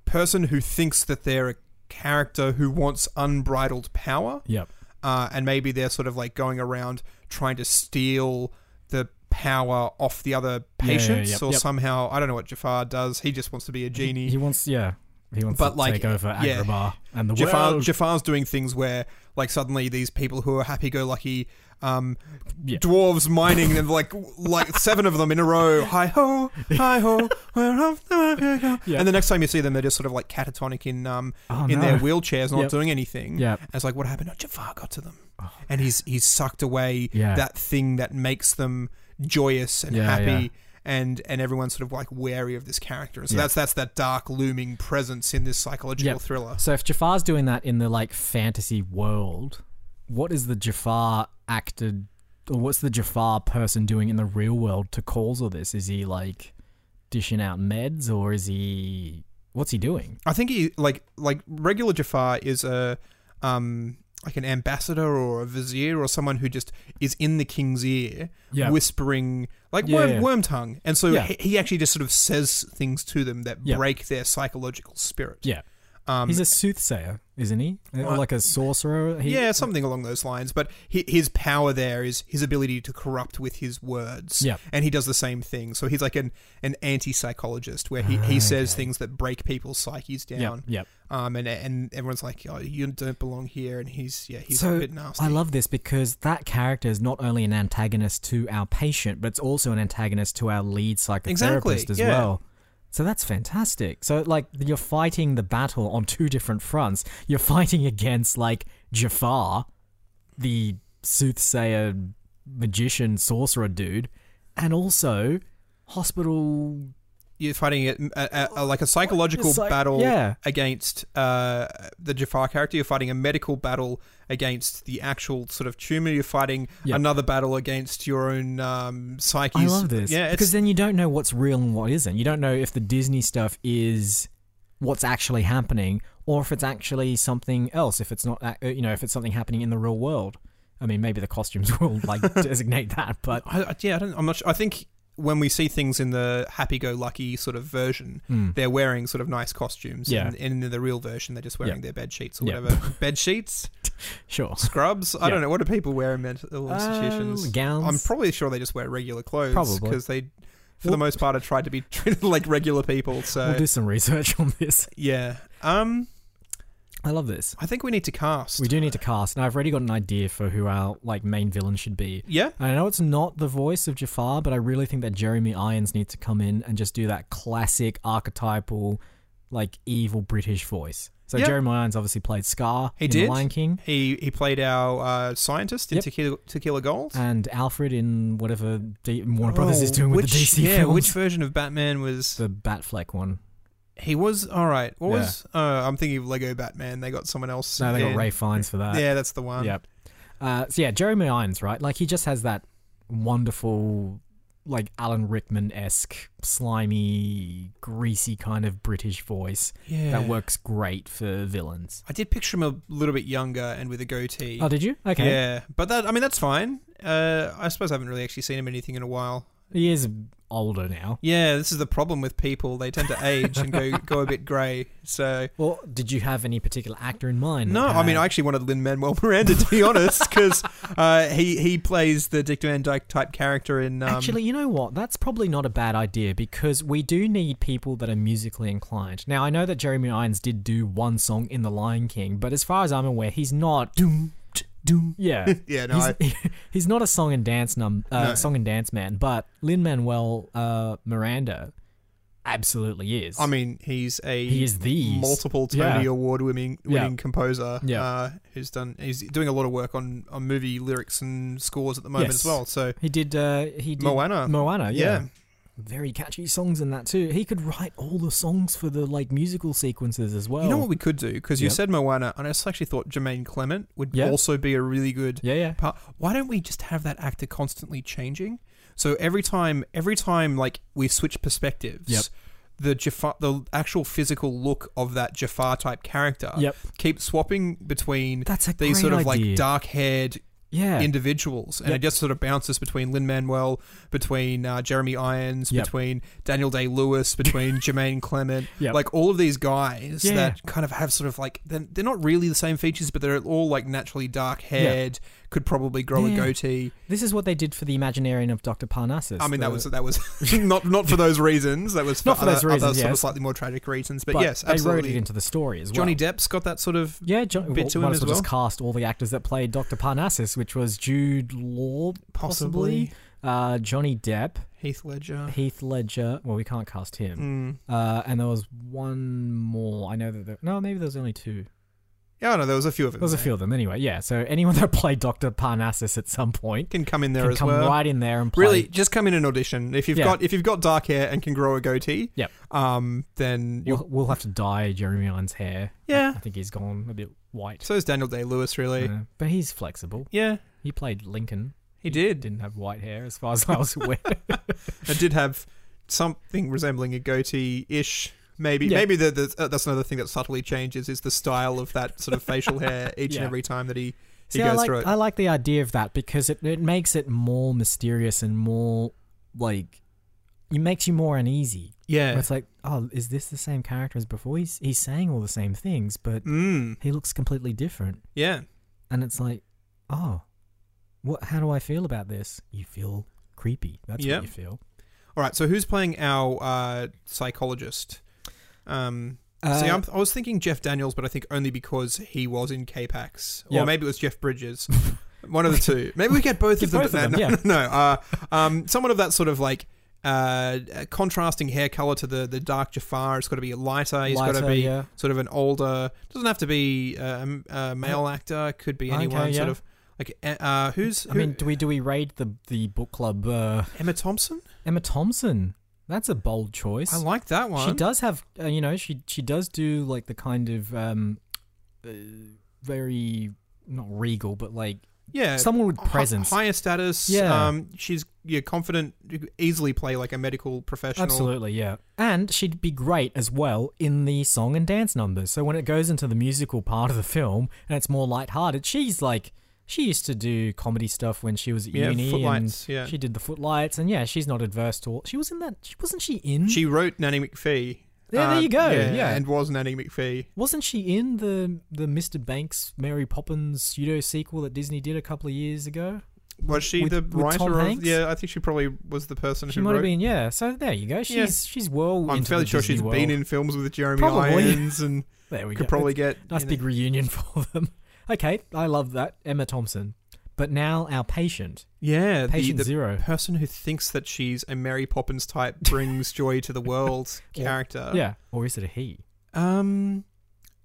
person who thinks that they're a character who wants unbridled power,
yep.
uh, and maybe they're sort of like going around trying to steal the power off the other
Yeah, yeah, yeah,
patients,
yep,
or
yep.
somehow I don't know what Jafar does. He just wants to be a genie.
He wants, yeah, he wants
But,
to
like,
take over
yeah.
Agrabah and the
Jafar,
world.
Jafar's doing things where, like, suddenly these people who are happy-go-lucky um,
Yeah.
dwarves mining and like like seven of them in a row, hi ho, hi ho, where off the go.
Yeah.
And the next time you see them, they're just sort of like catatonic in um
Oh,
in
no.
their wheelchairs, not
Yep.
doing anything.
Yeah. Oh.
And it's like, what happened? Oh, Jafar got to them, and he's he's sucked away
Yeah.
that thing that makes them joyous and
Yeah,
happy.
yeah.
And, and everyone's sort of like wary of this character, and so
Yeah.
that's that's that dark looming presence in this psychological
Yep.
thriller.
So if Jafar's doing that in the like fantasy world, what is the Jafar acted or what's the Jafar person doing in the real world to cause all this? Is he like dishing out meds or is he what's he doing?
I think he like like regular Jafar is a um like an ambassador or a vizier or someone who just is in the king's ear
Yeah.
whispering like
Yeah,
worm,
yeah.
worm tongue and so
Yeah.
he, he actually just sort of says things to them that
Yeah.
break their psychological spirit
Yeah.
um
He's a soothsayer, isn't he? Or
Uh,
like a sorcerer? He,
yeah something along those lines but hi his power there is his ability to corrupt with his words
Yeah.
and he does the same thing so he's like an an anti-psychologist where he,
Ah,
he says things that break people's psyches down
Yep, yep.
Um, and and everyone's like, oh, you don't belong here, and he's yeah, he's a
so
bit nasty.
I love this because that character is not only an antagonist to our patient, but it's also an antagonist to our lead psychotherapist
Exactly,
as
yeah.
well. So that's fantastic. So like you're fighting the battle on two different fronts. You're fighting against like Jafar, the soothsayer, magician, sorcerer dude, and also hospital
You're fighting a, a, a, like a psychological
It's like-
battle
yeah.
against uh, the Jafar character. You're fighting a medical battle against the actual sort of tumor. You're fighting
Yeah.
another battle against your own um, psyches.
I love this.
Yeah,
because
it's,
then you don't know what's real and what isn't. You don't know if the Disney stuff is what's actually happening or if it's actually something else. If it's not, ac- uh, you know, if it's something happening in the real world. I mean, maybe the costumes will like designate that, but
I, I- yeah, I don't, I'm not. Sure. I think when we see things in the happy-go-lucky sort of version, they're wearing sort of nice costumes.
Yeah.
and, and in the real version, they're just wearing their bed sheets or
Yeah.
whatever. bed sheets.
sure.
scrubs. I
Yeah. Um,
don't know what do people wear in mental institutions.
gowns.
I'm probably sure they just wear regular clothes
Probably.
because they, for
Well-
the most part, are tried to be treated like regular people. So
We'll do some research on this.
yeah, um,
I love this.
I think we need to cast.
We do need to cast, and I've already got an idea for who our like main villain should be.
yeah,
I know it's not the voice of Jafar, but I really think that Jeremy Irons needs to come in and just do that classic archetypal, like evil British voice. So
Yeah.
Jeremy Irons obviously played Scar
He
in
did.
The Lion King
he he played our uh, scientist in
Yep.
To Kill, to Kill a Gold.
and Alfred in whatever D- Warner Brothers is
Oh,
doing with
which,
the DC
yeah,
films.
which version of Batman was
the Batfleck one.
he was? All right, what
Yeah.
was? Uh, I'm thinking of Lego Batman. They got someone else.
No, they
in.
got Ray Fiennes for that.
Yeah, um, that's the one.
Yep. Uh, so yeah, Jeremy Irons, right? Like he just has that wonderful, like Alan Rickman esque, slimy, greasy kind of British voice
yeah.
that works great for villains.
I did picture him a little bit younger and with a goatee.
Oh, did you? Okay.
Yeah, but that I mean that's fine. Uh, I suppose I haven't really actually seen him in anything in a while.
He is older now.
Yeah, this is the problem with people; they tend to age and go go a bit grey. So
Well, did you have any particular actor in mind? Uh,
no, I mean I actually wanted Lin Manuel Miranda to be honest, because uh, he he plays the Dick Van Dyke type character in. Um,
Actually, you know what? That's probably not a bad idea because we do need people that are musically inclined. Now, I know that Jeremy Irons did do one song in The Lion King, but as far as I'm aware, he's not.
doom t- doom.
Yeah.
Yeah, no,
he's, he's not a song and dance num uh,
No.
song and dance man, but Lin Manuel uh, Miranda absolutely is.
I mean he's a
he is the
multiple Tony
Yeah.
Award winning
Yeah.
winning composer.
Yeah.
uh, who's done he's doing a lot of work on on movie lyrics and scores at the moment
Yes.
as well. So
He did. Uh, he did
Moana.
Moana, yeah.
Yeah.
Very catchy songs in that too. He could write all the songs for the like musical sequences as well.
You know what we could do? Because you
Yep.
said Moana, and I just actually thought Jermaine Clement would
Yeah.
also be a really good
yeah, yeah.
part. Why don't we just have that actor constantly changing? So every time, every time, like we switch perspectives,
Yep.
the Jafar, the actual physical look of that Jafar type character.
Yep.
Keep swapping between
That's a
these Uh, sort
great
of
idea.
like dark haired
yeah.
individuals, and
Yep.
it just sort of bounces between Lin Manuel, between uh, Jeremy Irons,
Yep.
between Daniel Day Lewis, between Jermaine Clement,
Yep.
like all of these guys
Yeah.
that kind of have sort of like they're, they're not really the same features, but they're all like naturally dark haired, could probably grow
Yeah.
a goatee.
this is what they did for the Imaginarian of Dr. Parnassus.
I mean, that
the-
was that was not not for those reasons. That was for,
Not for
other,
those
other
reasons,
sort
yes.
of slightly more tragic reasons. But,
but
yes,
they wrote it
absolutely.
into the story as well.
Johnny Depp's got that sort of
Yeah, John,
bit
well,
to
might
him
as
as
well just
well.
cast all the actors that played Dr. Parnassus, which was Jude Law, possibly,
Possibly.
Uh, Johnny Depp,
Heath Ledger.
Heath Ledger. Well, we can't cast him.
Uh. Mm.
Uh, and there was one more. I know that there, no, maybe there was only two.
Yeah, no, there was a few of them.
There was a few of them anyway. Yeah, so anyone that played Dr. Parnassus at some point
can come in there
can
as
come
well.
right in there and play.
Really, just come in an audition. If you've
Yeah.
got if you've got dark hair and can grow a goatee,
Yep.
um, then you'll
We'll, uh, we'll have to dye Jeremy Irons' hair. I-
Yeah.
I, think he's gone a bit white.
so is Daniel Day Lewis really.
Uh, but he's flexible.
Yeah,
He played Lincoln.
he did.
Didn't have white hair, as far as I was aware.
It did have something resembling a goatee ish. Maybe
Yeah.
maybe the, the, uh, that's another thing that subtly changes is the style of that sort of facial hair each
Yeah.
and every time that he he
See, I
goes
like,
through it.
I like the idea of that because it, it makes it more mysterious and more like it makes you more uneasy. Where
yeah.
it's like, oh, is this the same character as before? He's he's saying all the same things, but
Mm.
he looks completely different.
Yeah.
And it's like, oh, what? How do I feel about this? You feel creepy. That's
Yeah.
what you feel.
All right. So who's playing our uh, psychologist? Um, see,
Uh,
I'm, I was thinking Jeff Daniels, but I think only because he was in K-Pax, or
Yep.
maybe it was Jeff Bridges. One of the two. Maybe we get both
Get
of them.
both of them,
no,
yeah.
no, no. Uh, um, someone of that sort of like uh, contrasting hair color to the the dark Jafar. It's got to be lighter. He's got to
Lighter,
be
yeah.
sort of an older. Doesn't have to be uh, um, a male actor. Could be
Okay,
anyone. Sort
yeah.
of like uh, uh, who's?
I
who-
mean, do we do we raid the the book club? Uh,
Emma Thompson.
Emma Thompson. That's a bold choice.
I like that one.
She does have, uh, you know, she she does do like the kind of um, uh, very not regal, but like
Yeah.
someone with
Uh, hi-
presence.
higher status.
Yeah.
Um, she's yeah, confident, you could easily play like a medical professional.
Absolutely, yeah. And she'd be great as well in the song and dance numbers. So when it goes into the musical part of the film and it's more lighthearted, she's like she used to do comedy stuff when she was at
Yeah,
uni.
Footlights,
and
yeah.
She did the footlights and yeah, she's not adverse to all she was in that wasn't she in
She wrote Nanny McPhee. Um,
Yeah, Hmm? there you go, yeah.
And was Nanny McPhee.
Wasn't she in the the Mr. Banks Mary Poppins pseudo sequel that Disney did a couple of years ago?
Was she
With-
the
with
writer
Tom
of?
Hanks?
Yeah, I think she probably was the person
She
who
might
wrote.
have been, yeah. So there you go. She's she's well.
I'm
into
fairly
the
sure
Disney
she's
world.
been in films with Jeremy
Probably.
Irons and
There we
could
go.
probably get
nice
you know-
big reunion for them. Okay, I love that Emma Thompson. But now our patient,
yeah the-
patient
the,
zero.
person who thinks that she's a Mary Poppins type brings joy to the world
Or-
character.
yeah, or is it a he?
Um,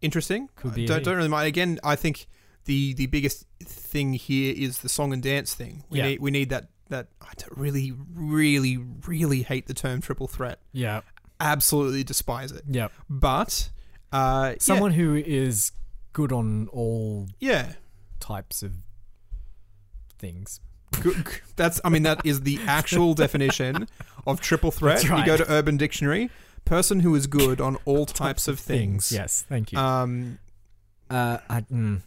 interesting.
Could
I
be a
don't,
hit.
don't really mind. Again, I think the the biggest thing here is the song and dance thing. We
Yeah.
need we need that that I don't really really really hate the term triple threat.
Yeah,
Absolutely despise it.
yeah.
But uh,
Someone who is good on all
yeah,
types of things.
yeah. G- g- that's I mean that is the actual definition of triple threat.
That's
You go to Urban Dictionary. Person who is good on all types of things.
Yes, thank you.
Um,
Uh, I, mm.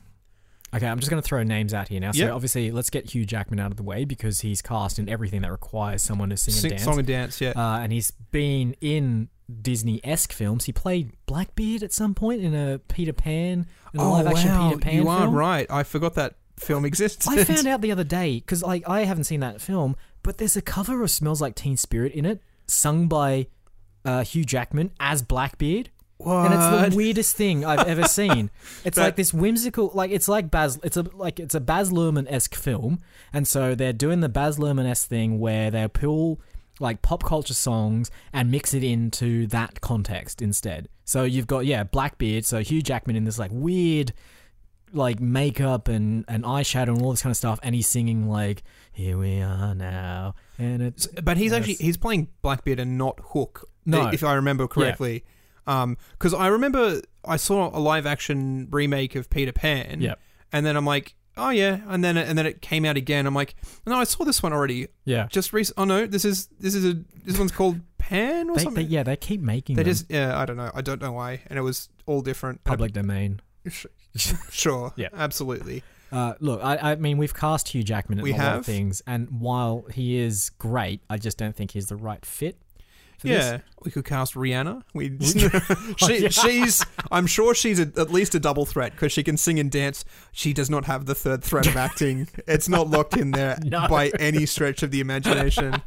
Okay, I'm just going to throw names out here now. So
Yeah.
obviously, let's get Hugh Jackman out of the way because he's cast in everything that requires someone to sing,
sing-
and dance.
song and dance. Yeah.
uh, and he's been in Disney-esque films. He played Blackbeard at some point in a Peter Pan, in a live-action Peter Pan
Oh, you
film.
are right. I forgot that film existed.
I found out the other day because like I haven't seen that film, but there's a cover of "Smells Like Teen Spirit" in it, sung by uh, Hugh Jackman as Blackbeard.
What?
and it's the weirdest thing I've ever seen. It's
That-
like this whimsical, like it's like Baz, it's a like it's a Baz Luhrmann esque film, and so they're doing the Baz Luhrmann esque thing where they pull like pop culture songs and mix it into that context instead. So you've got yeah Blackbeard, so Hugh Jackman in this like weird like makeup and, and eyeshadow and all this kind of stuff and he's singing like here we are now and it's
but he's
Yes.
actually he's playing Blackbeard and not Hook.
No.
i- if I remember correctly, because I remember I saw a live action remake of Peter Pan.
Yep.
and then I'm like, oh yeah, and then and then it came out again. I'm like, no, I saw this one already.
yeah
Just recent. Oh no, this is this is a this one's called Japan or
They, they,
something.
yeah, they keep making
They
them
just yeah, I don't know. I don't know why. And it was all different.
public domain.
Sure.
Yeah.
Absolutely.
Uh, look, I, I mean, we've cast Hugh Jackman in
We
a lot
have.
of things, and while he is great, I just don't think he's the right fit. For
yeah.
this.
We could cast Rihanna. We
Oh,
she,
yeah.
she's I'm sure she's a, at least a double threat because she can sing and dance. She does not have the third threat of acting. It's not locked in there
No.
by any stretch of the imagination.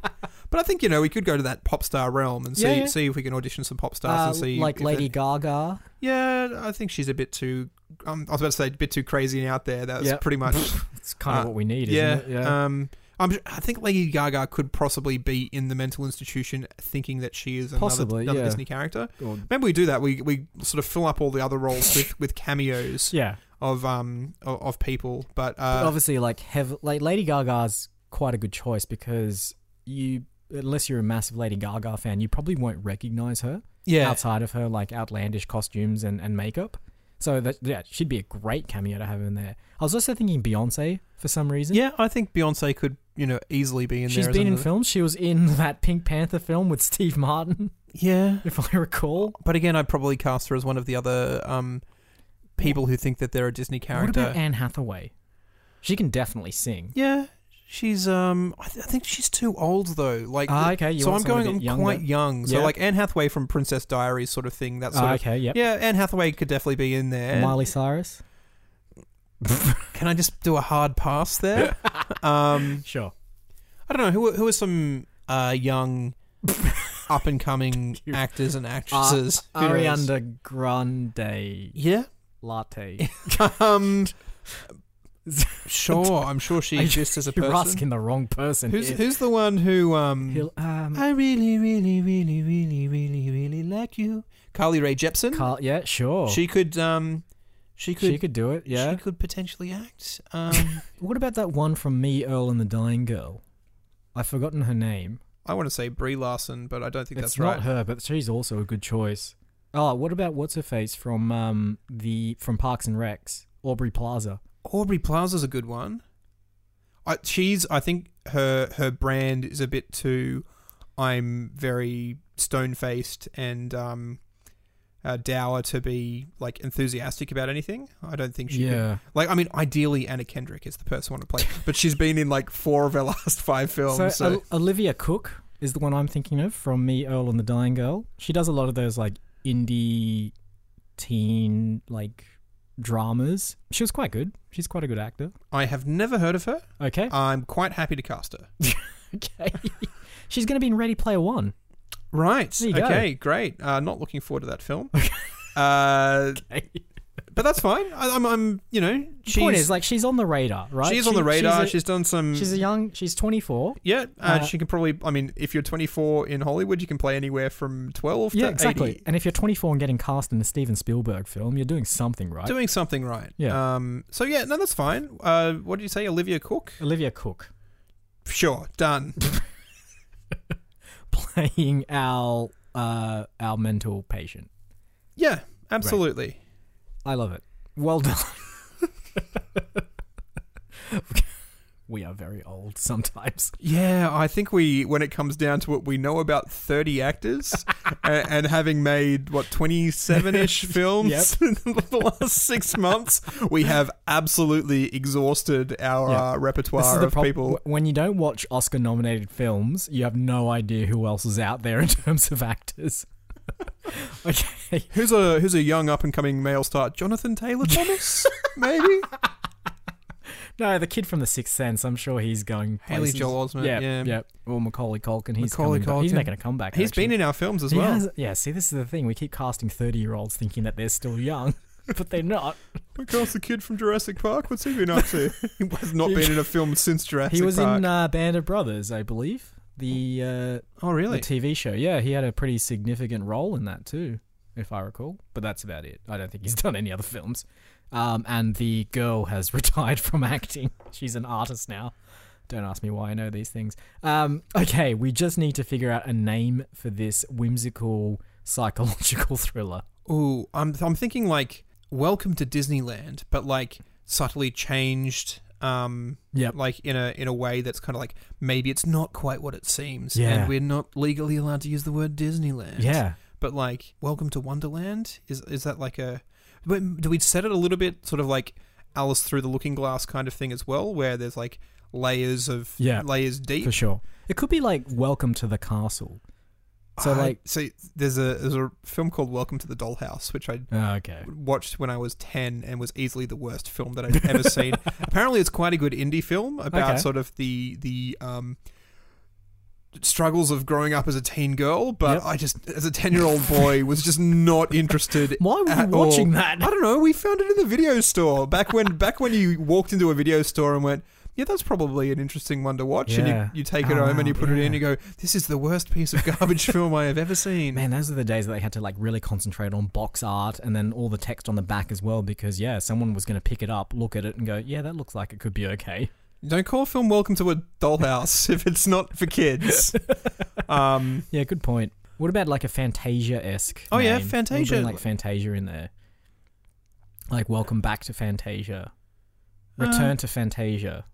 But I think you know we could go to that pop star realm and see
Yeah, yeah.
see if we can audition some pop stars
Uh,
and see
like
if
Lady
it-
Gaga.
yeah, I think she's a bit too. Um, I was about to say a bit too crazy and out there. That was
Yeah.
pretty much
It's kind
Uh,
of what we need,
yeah.
isn't it? Yeah.
Um, I'm, I think Lady Gaga could possibly be in the mental institution, thinking that she is another,
Possibly,
another
yeah.
Disney character.
Or-
Maybe we do that. We we sort of fill up all the other roles with, with cameos
yeah.
of um of, of people. But,
But
uh,
obviously, like, hev- like Lady Gaga's quite a good choice because you, unless you're a massive Lady Gaga fan, you probably won't recognize her
yeah,
outside of her like outlandish costumes and, and makeup. So that yeah, she'd be a great cameo to have in there. I was also thinking Beyonce for some reason.
yeah, I think Beyonce could you know easily be in
She's
there. as
been in
another-
films. She was in that Pink Panther film with Steve Martin,
Yeah,
if I recall.
but again, I'd probably cast her as one of the other um people who think that they're a Disney character.
What about Anne Hathaway? She can definitely sing.
Yeah, she's um. I, th- I think she's too old though. Like,
Ah, okay, you
so
want
I'm
someone a
going. I'm
bit
quite
younger.
young. So
Yeah.
like Anne Hathaway from Princess Diaries, sort of thing. That sort
Ah,
of.
okay, yep.
Yeah, Anne Hathaway could definitely be in there.
Miley Cyrus.
Can I just do a hard pass there? um,
Sure.
I don't know who are- who are some uh young. Up and coming
You-
actors
Ah,
and actresses. Who knows?
Ariana Grande
Yeah.
latte.
Um. sure. I'm sure she
Are you-
exists as a
You're
person.
asking the wrong person.
Who's
here.
who's the one who um?
He'll- um,
I really, really, really, really, really, really like you. Carly Rae Jepsen.
Carl, yeah, sure.
She could, um, she could,
she could do it. Yeah.
she could potentially act. Um,
What about that one from Me, Earl, and the Dying Girl? I've forgotten her name.
I want to say Brie Larson, but I don't think
it's
that's
not
right.
her, but she's also a good choice. Oh, what about what's her face from um the from Parks and Recs, Aubrey Plaza?
Aubrey Plaza's a good one. I, she's, I think her her brand is a bit too. I'm very stone faced and um, uh, dour to be like enthusiastic about anything. I don't think she could Like, I mean, ideally, Anna Kendrick is the person I want to play, but she's been in like four of her last five films.
So, uh,
So,
Ol- Olivia Cook is the one I'm thinking of from Me, Earl, and the Dying Girl. She does a lot of those like indie teen like dramas. She was quite good. She's quite a good actor.
I have never heard of her.
Okay.
I'm quite happy to cast her.
okay. She's going to be in Ready Player One.
Right.
There you go.
okay. Great. Uh, not looking forward to that film. uh,
Okay.
but that's fine. I, I'm, I'm, you know,
The
she's
point is, like, she's on the radar, right?
she's on the
She-
radar. She's,
She's
done some.
a, she's a young. She's 24.
yeah, uh,
uh,
she can probably. I mean, if you're 24 in Hollywood, you can play anywhere from 12
Yeah,
to
exactly.
80.
And if you're 24 and getting cast in a Steven Spielberg film, you're doing something right.
Doing something right.
Yeah.
Um. So yeah, no, that's fine. Uh, what did you say, Olivia Cook?
Olivia Cook
Sure. Done.
playing our uh, our mental patient.
yeah. Absolutely.
I love it. Well done. we are very old sometimes.
Yeah, I think we, when it comes down to it, we know about 30 actors and, and having made, what, 27 ish films in the last six months, we have absolutely exhausted our
Yeah.
uh,
This is
repertoire
the
of
prob-
people.
w- When you don't watch Oscar-nominated films, you have no idea who else is out there in terms of actors. okay.
Who's a who's a young up and coming male star? Jonathan Taylor Thomas, maybe.
No, the kid from The Sixth Sense. I'm sure he's going.
Haley
Places.
Joel Osment.
Yeah,
Yeah,
yeah, Or Macaulay Culkin. He's
Macaulay
coming back- He's
Culkin.
making a comeback.
He's
actually.
been in our films as
He
well.
has- yeah. See, this is the thing. We keep casting thirty-year-olds thinking that they're still young, but they're not.
Of course, the kid from Jurassic Park. What's he been up to? he has not been in a film since Jurassic
he was
Park.
in uh, Band of Brothers, I believe. The uh,
oh, really?
the TV show. Yeah, he had a pretty significant role in that too, if I recall. But that's about it. I don't think he's done any other films. Um, and the girl has retired from acting. She's an artist now. Don't ask me why I know these things. Um, okay, we just need to figure out a name for this whimsical psychological thriller.
Ooh, I'm I'm thinking like Welcome to Disneyland, but like subtly changed Um,
Yep.
like in a in a way that's kind of like maybe it's not quite what it seems,
Yeah.
and we're not legally allowed to use the word Disneyland.
Yeah.
but like Welcome to Wonderland is is that like a? But mm, do we set it a little bit sort of like Alice through the Looking Glass kind of thing as well, where there's like layers of
Yeah.
layers deep.
for sure. It could be like Welcome to the Castle. So,
I-
like-
see, there's a there's a film called Welcome to the Dollhouse, which I
Oh, okay.
watched when I was 10 and was easily the worst film that I've ever seen. Apparently, it's quite a good indie film about
Okay.
sort of the the um, struggles of growing up as a teen girl. But
Yep.
I just, as a 10 year old boy, was just not interested.
Why were you
at all.
watching
I
that?
don't know. We found it in the video store back when back when you walked into a video store and went. Yeah, that's probably an interesting one to watch.
Yeah.
And you, you take it
Oh,
home
wow,
and you put it
yeah.
in and you go, this is the worst piece of garbage film I have ever seen.
Man, those are the days that they had to like really concentrate on box art and then all the text on the back as well because yeah, someone was going to pick it up, look at it and go, "Yeah, that looks like it could be okay."
Don't call film Welcome to a Dollhouse if it's not for kids. Um,
Yeah, good point. What about like a Fantasia-esque?
Oh, yeah,
name? We'll
Fantasia.
bring, like Fantasia in there. Like Welcome Back to Fantasia. Return to Fantasia.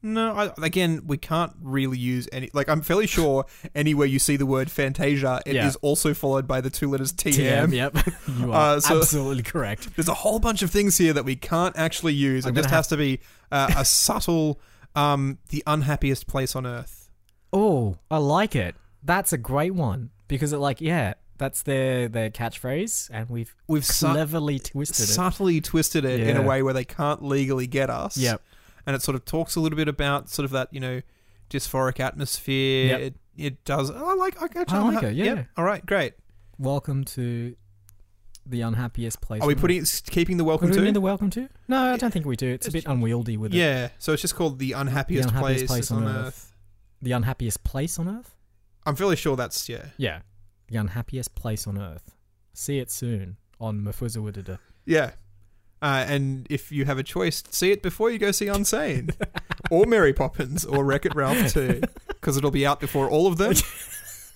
no, I, again, we can't really use any. Like, I'm fairly sure anywhere you see the word Fantasia, it is
Yeah.
also followed by the two letters TM.
TM, yep. you are
Uh, so-
absolutely correct.
There's a whole bunch of things here that we can't actually use.
I'm
it just
gonna have-
has to be uh, a subtle, um, the unhappiest place on earth.
Oh, I like it. That's a great one because it like yeah, that's their their catchphrase, and we've
We've su-
cleverly twisted it.
subtly twisted it in a
Yeah.
way where they can't legally get us.
Yep.
and it sort of talks a little bit about sort of that you know dysphoric atmosphere.
Yep.
It it does. Oh, I like. I, actually,
I
I'm
like
ha-
it, yeah.
yep. All right. Great.
Welcome to the unhappiest place.
Are we
on
putting s- keeping the
Earth. Would
welcome
we
to?
mean the welcome to? No, I don't think we do. It's a
It's-
bit unwieldy with it.
yeah. So it's just called the unhappiest,
unhappiest
place,
place
on,
on
earth.
earth. The unhappiest place on earth.
I'm fairly sure that's yeah.
Yeah, the unhappiest place on earth. See it soon on Mafuza Wadada.
Yeah. Uh, and if you have a choice, see it before you go see Unsane or Mary Poppins or Wreck It Ralph too, because it'll be out before all of them,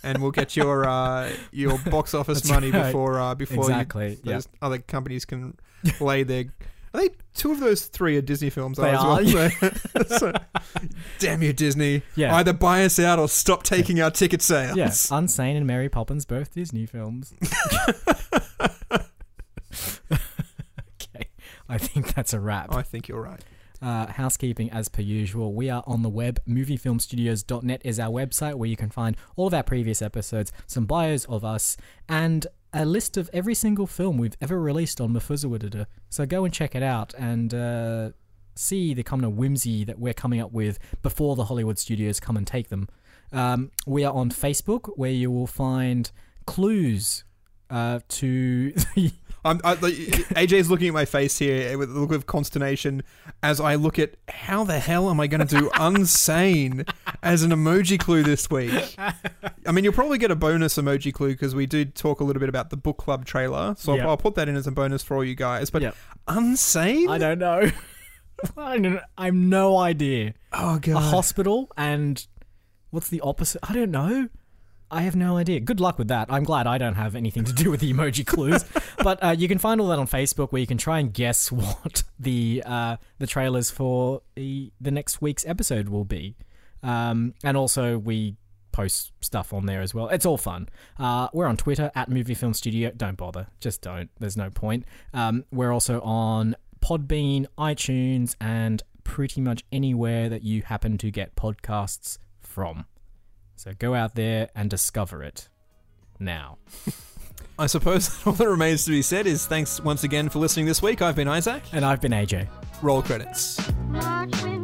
and we'll get your uh, your box office
That's
money
right.
before uh, before you
Exactly. Yeah.
those other companies can lay their. Are they two of those three are Disney films?
They
as well. So- damn you, Disney!
Yeah.
Either buy us out or stop taking our ticket sales.
Yeah, Unsane and Mary Poppins, both Disney films. okay, I think that's a wrap.
I think you're right.
Uh, housekeeping, as per usual, we are on the web. Moviefilmstudios.net is our website where you can find all of our previous episodes, some bios of us, and a list of every single film we've ever released on Mafuzawadada. So go and check it out and uh, see the kind of whimsy that we're coming up with before the Hollywood studios come and take them. Um, we are on Facebook where you will find clues uh, to.
I'm, I, like, AJ's looking at my face here with a look of consternation as I look at how the hell am I going to do Unsane as an emoji clue this week? I mean, you'll probably get a bonus emoji clue because we did talk a little bit about the book club trailer. So I'll-
Yep.
I'll, put that in as a bonus for all you guys. But
Yep.
Unsane?
I don't know. I don't. I've no idea.
oh, God.
a hospital and what's the opposite? I don't know. I have no idea. Good luck with that. I'm glad I don't have anything to do with the emoji clues. but uh, you can find all that on Facebook, where you can try and guess what the uh, the trailers for the, the next week's episode will be. Um, and also, we post stuff on there as well. It's all fun. Uh, we're on Twitter at Movie Film Studio. Don't bother. Just don't. There's no point. Um, we're also on Podbean, iTunes, and pretty much anywhere that you happen to get podcasts from. So go out there and discover it now.
I suppose all that remains to be said is thanks once again for listening this week. I've been Isaac.
And I've been AJ.
Roll credits.
Watch me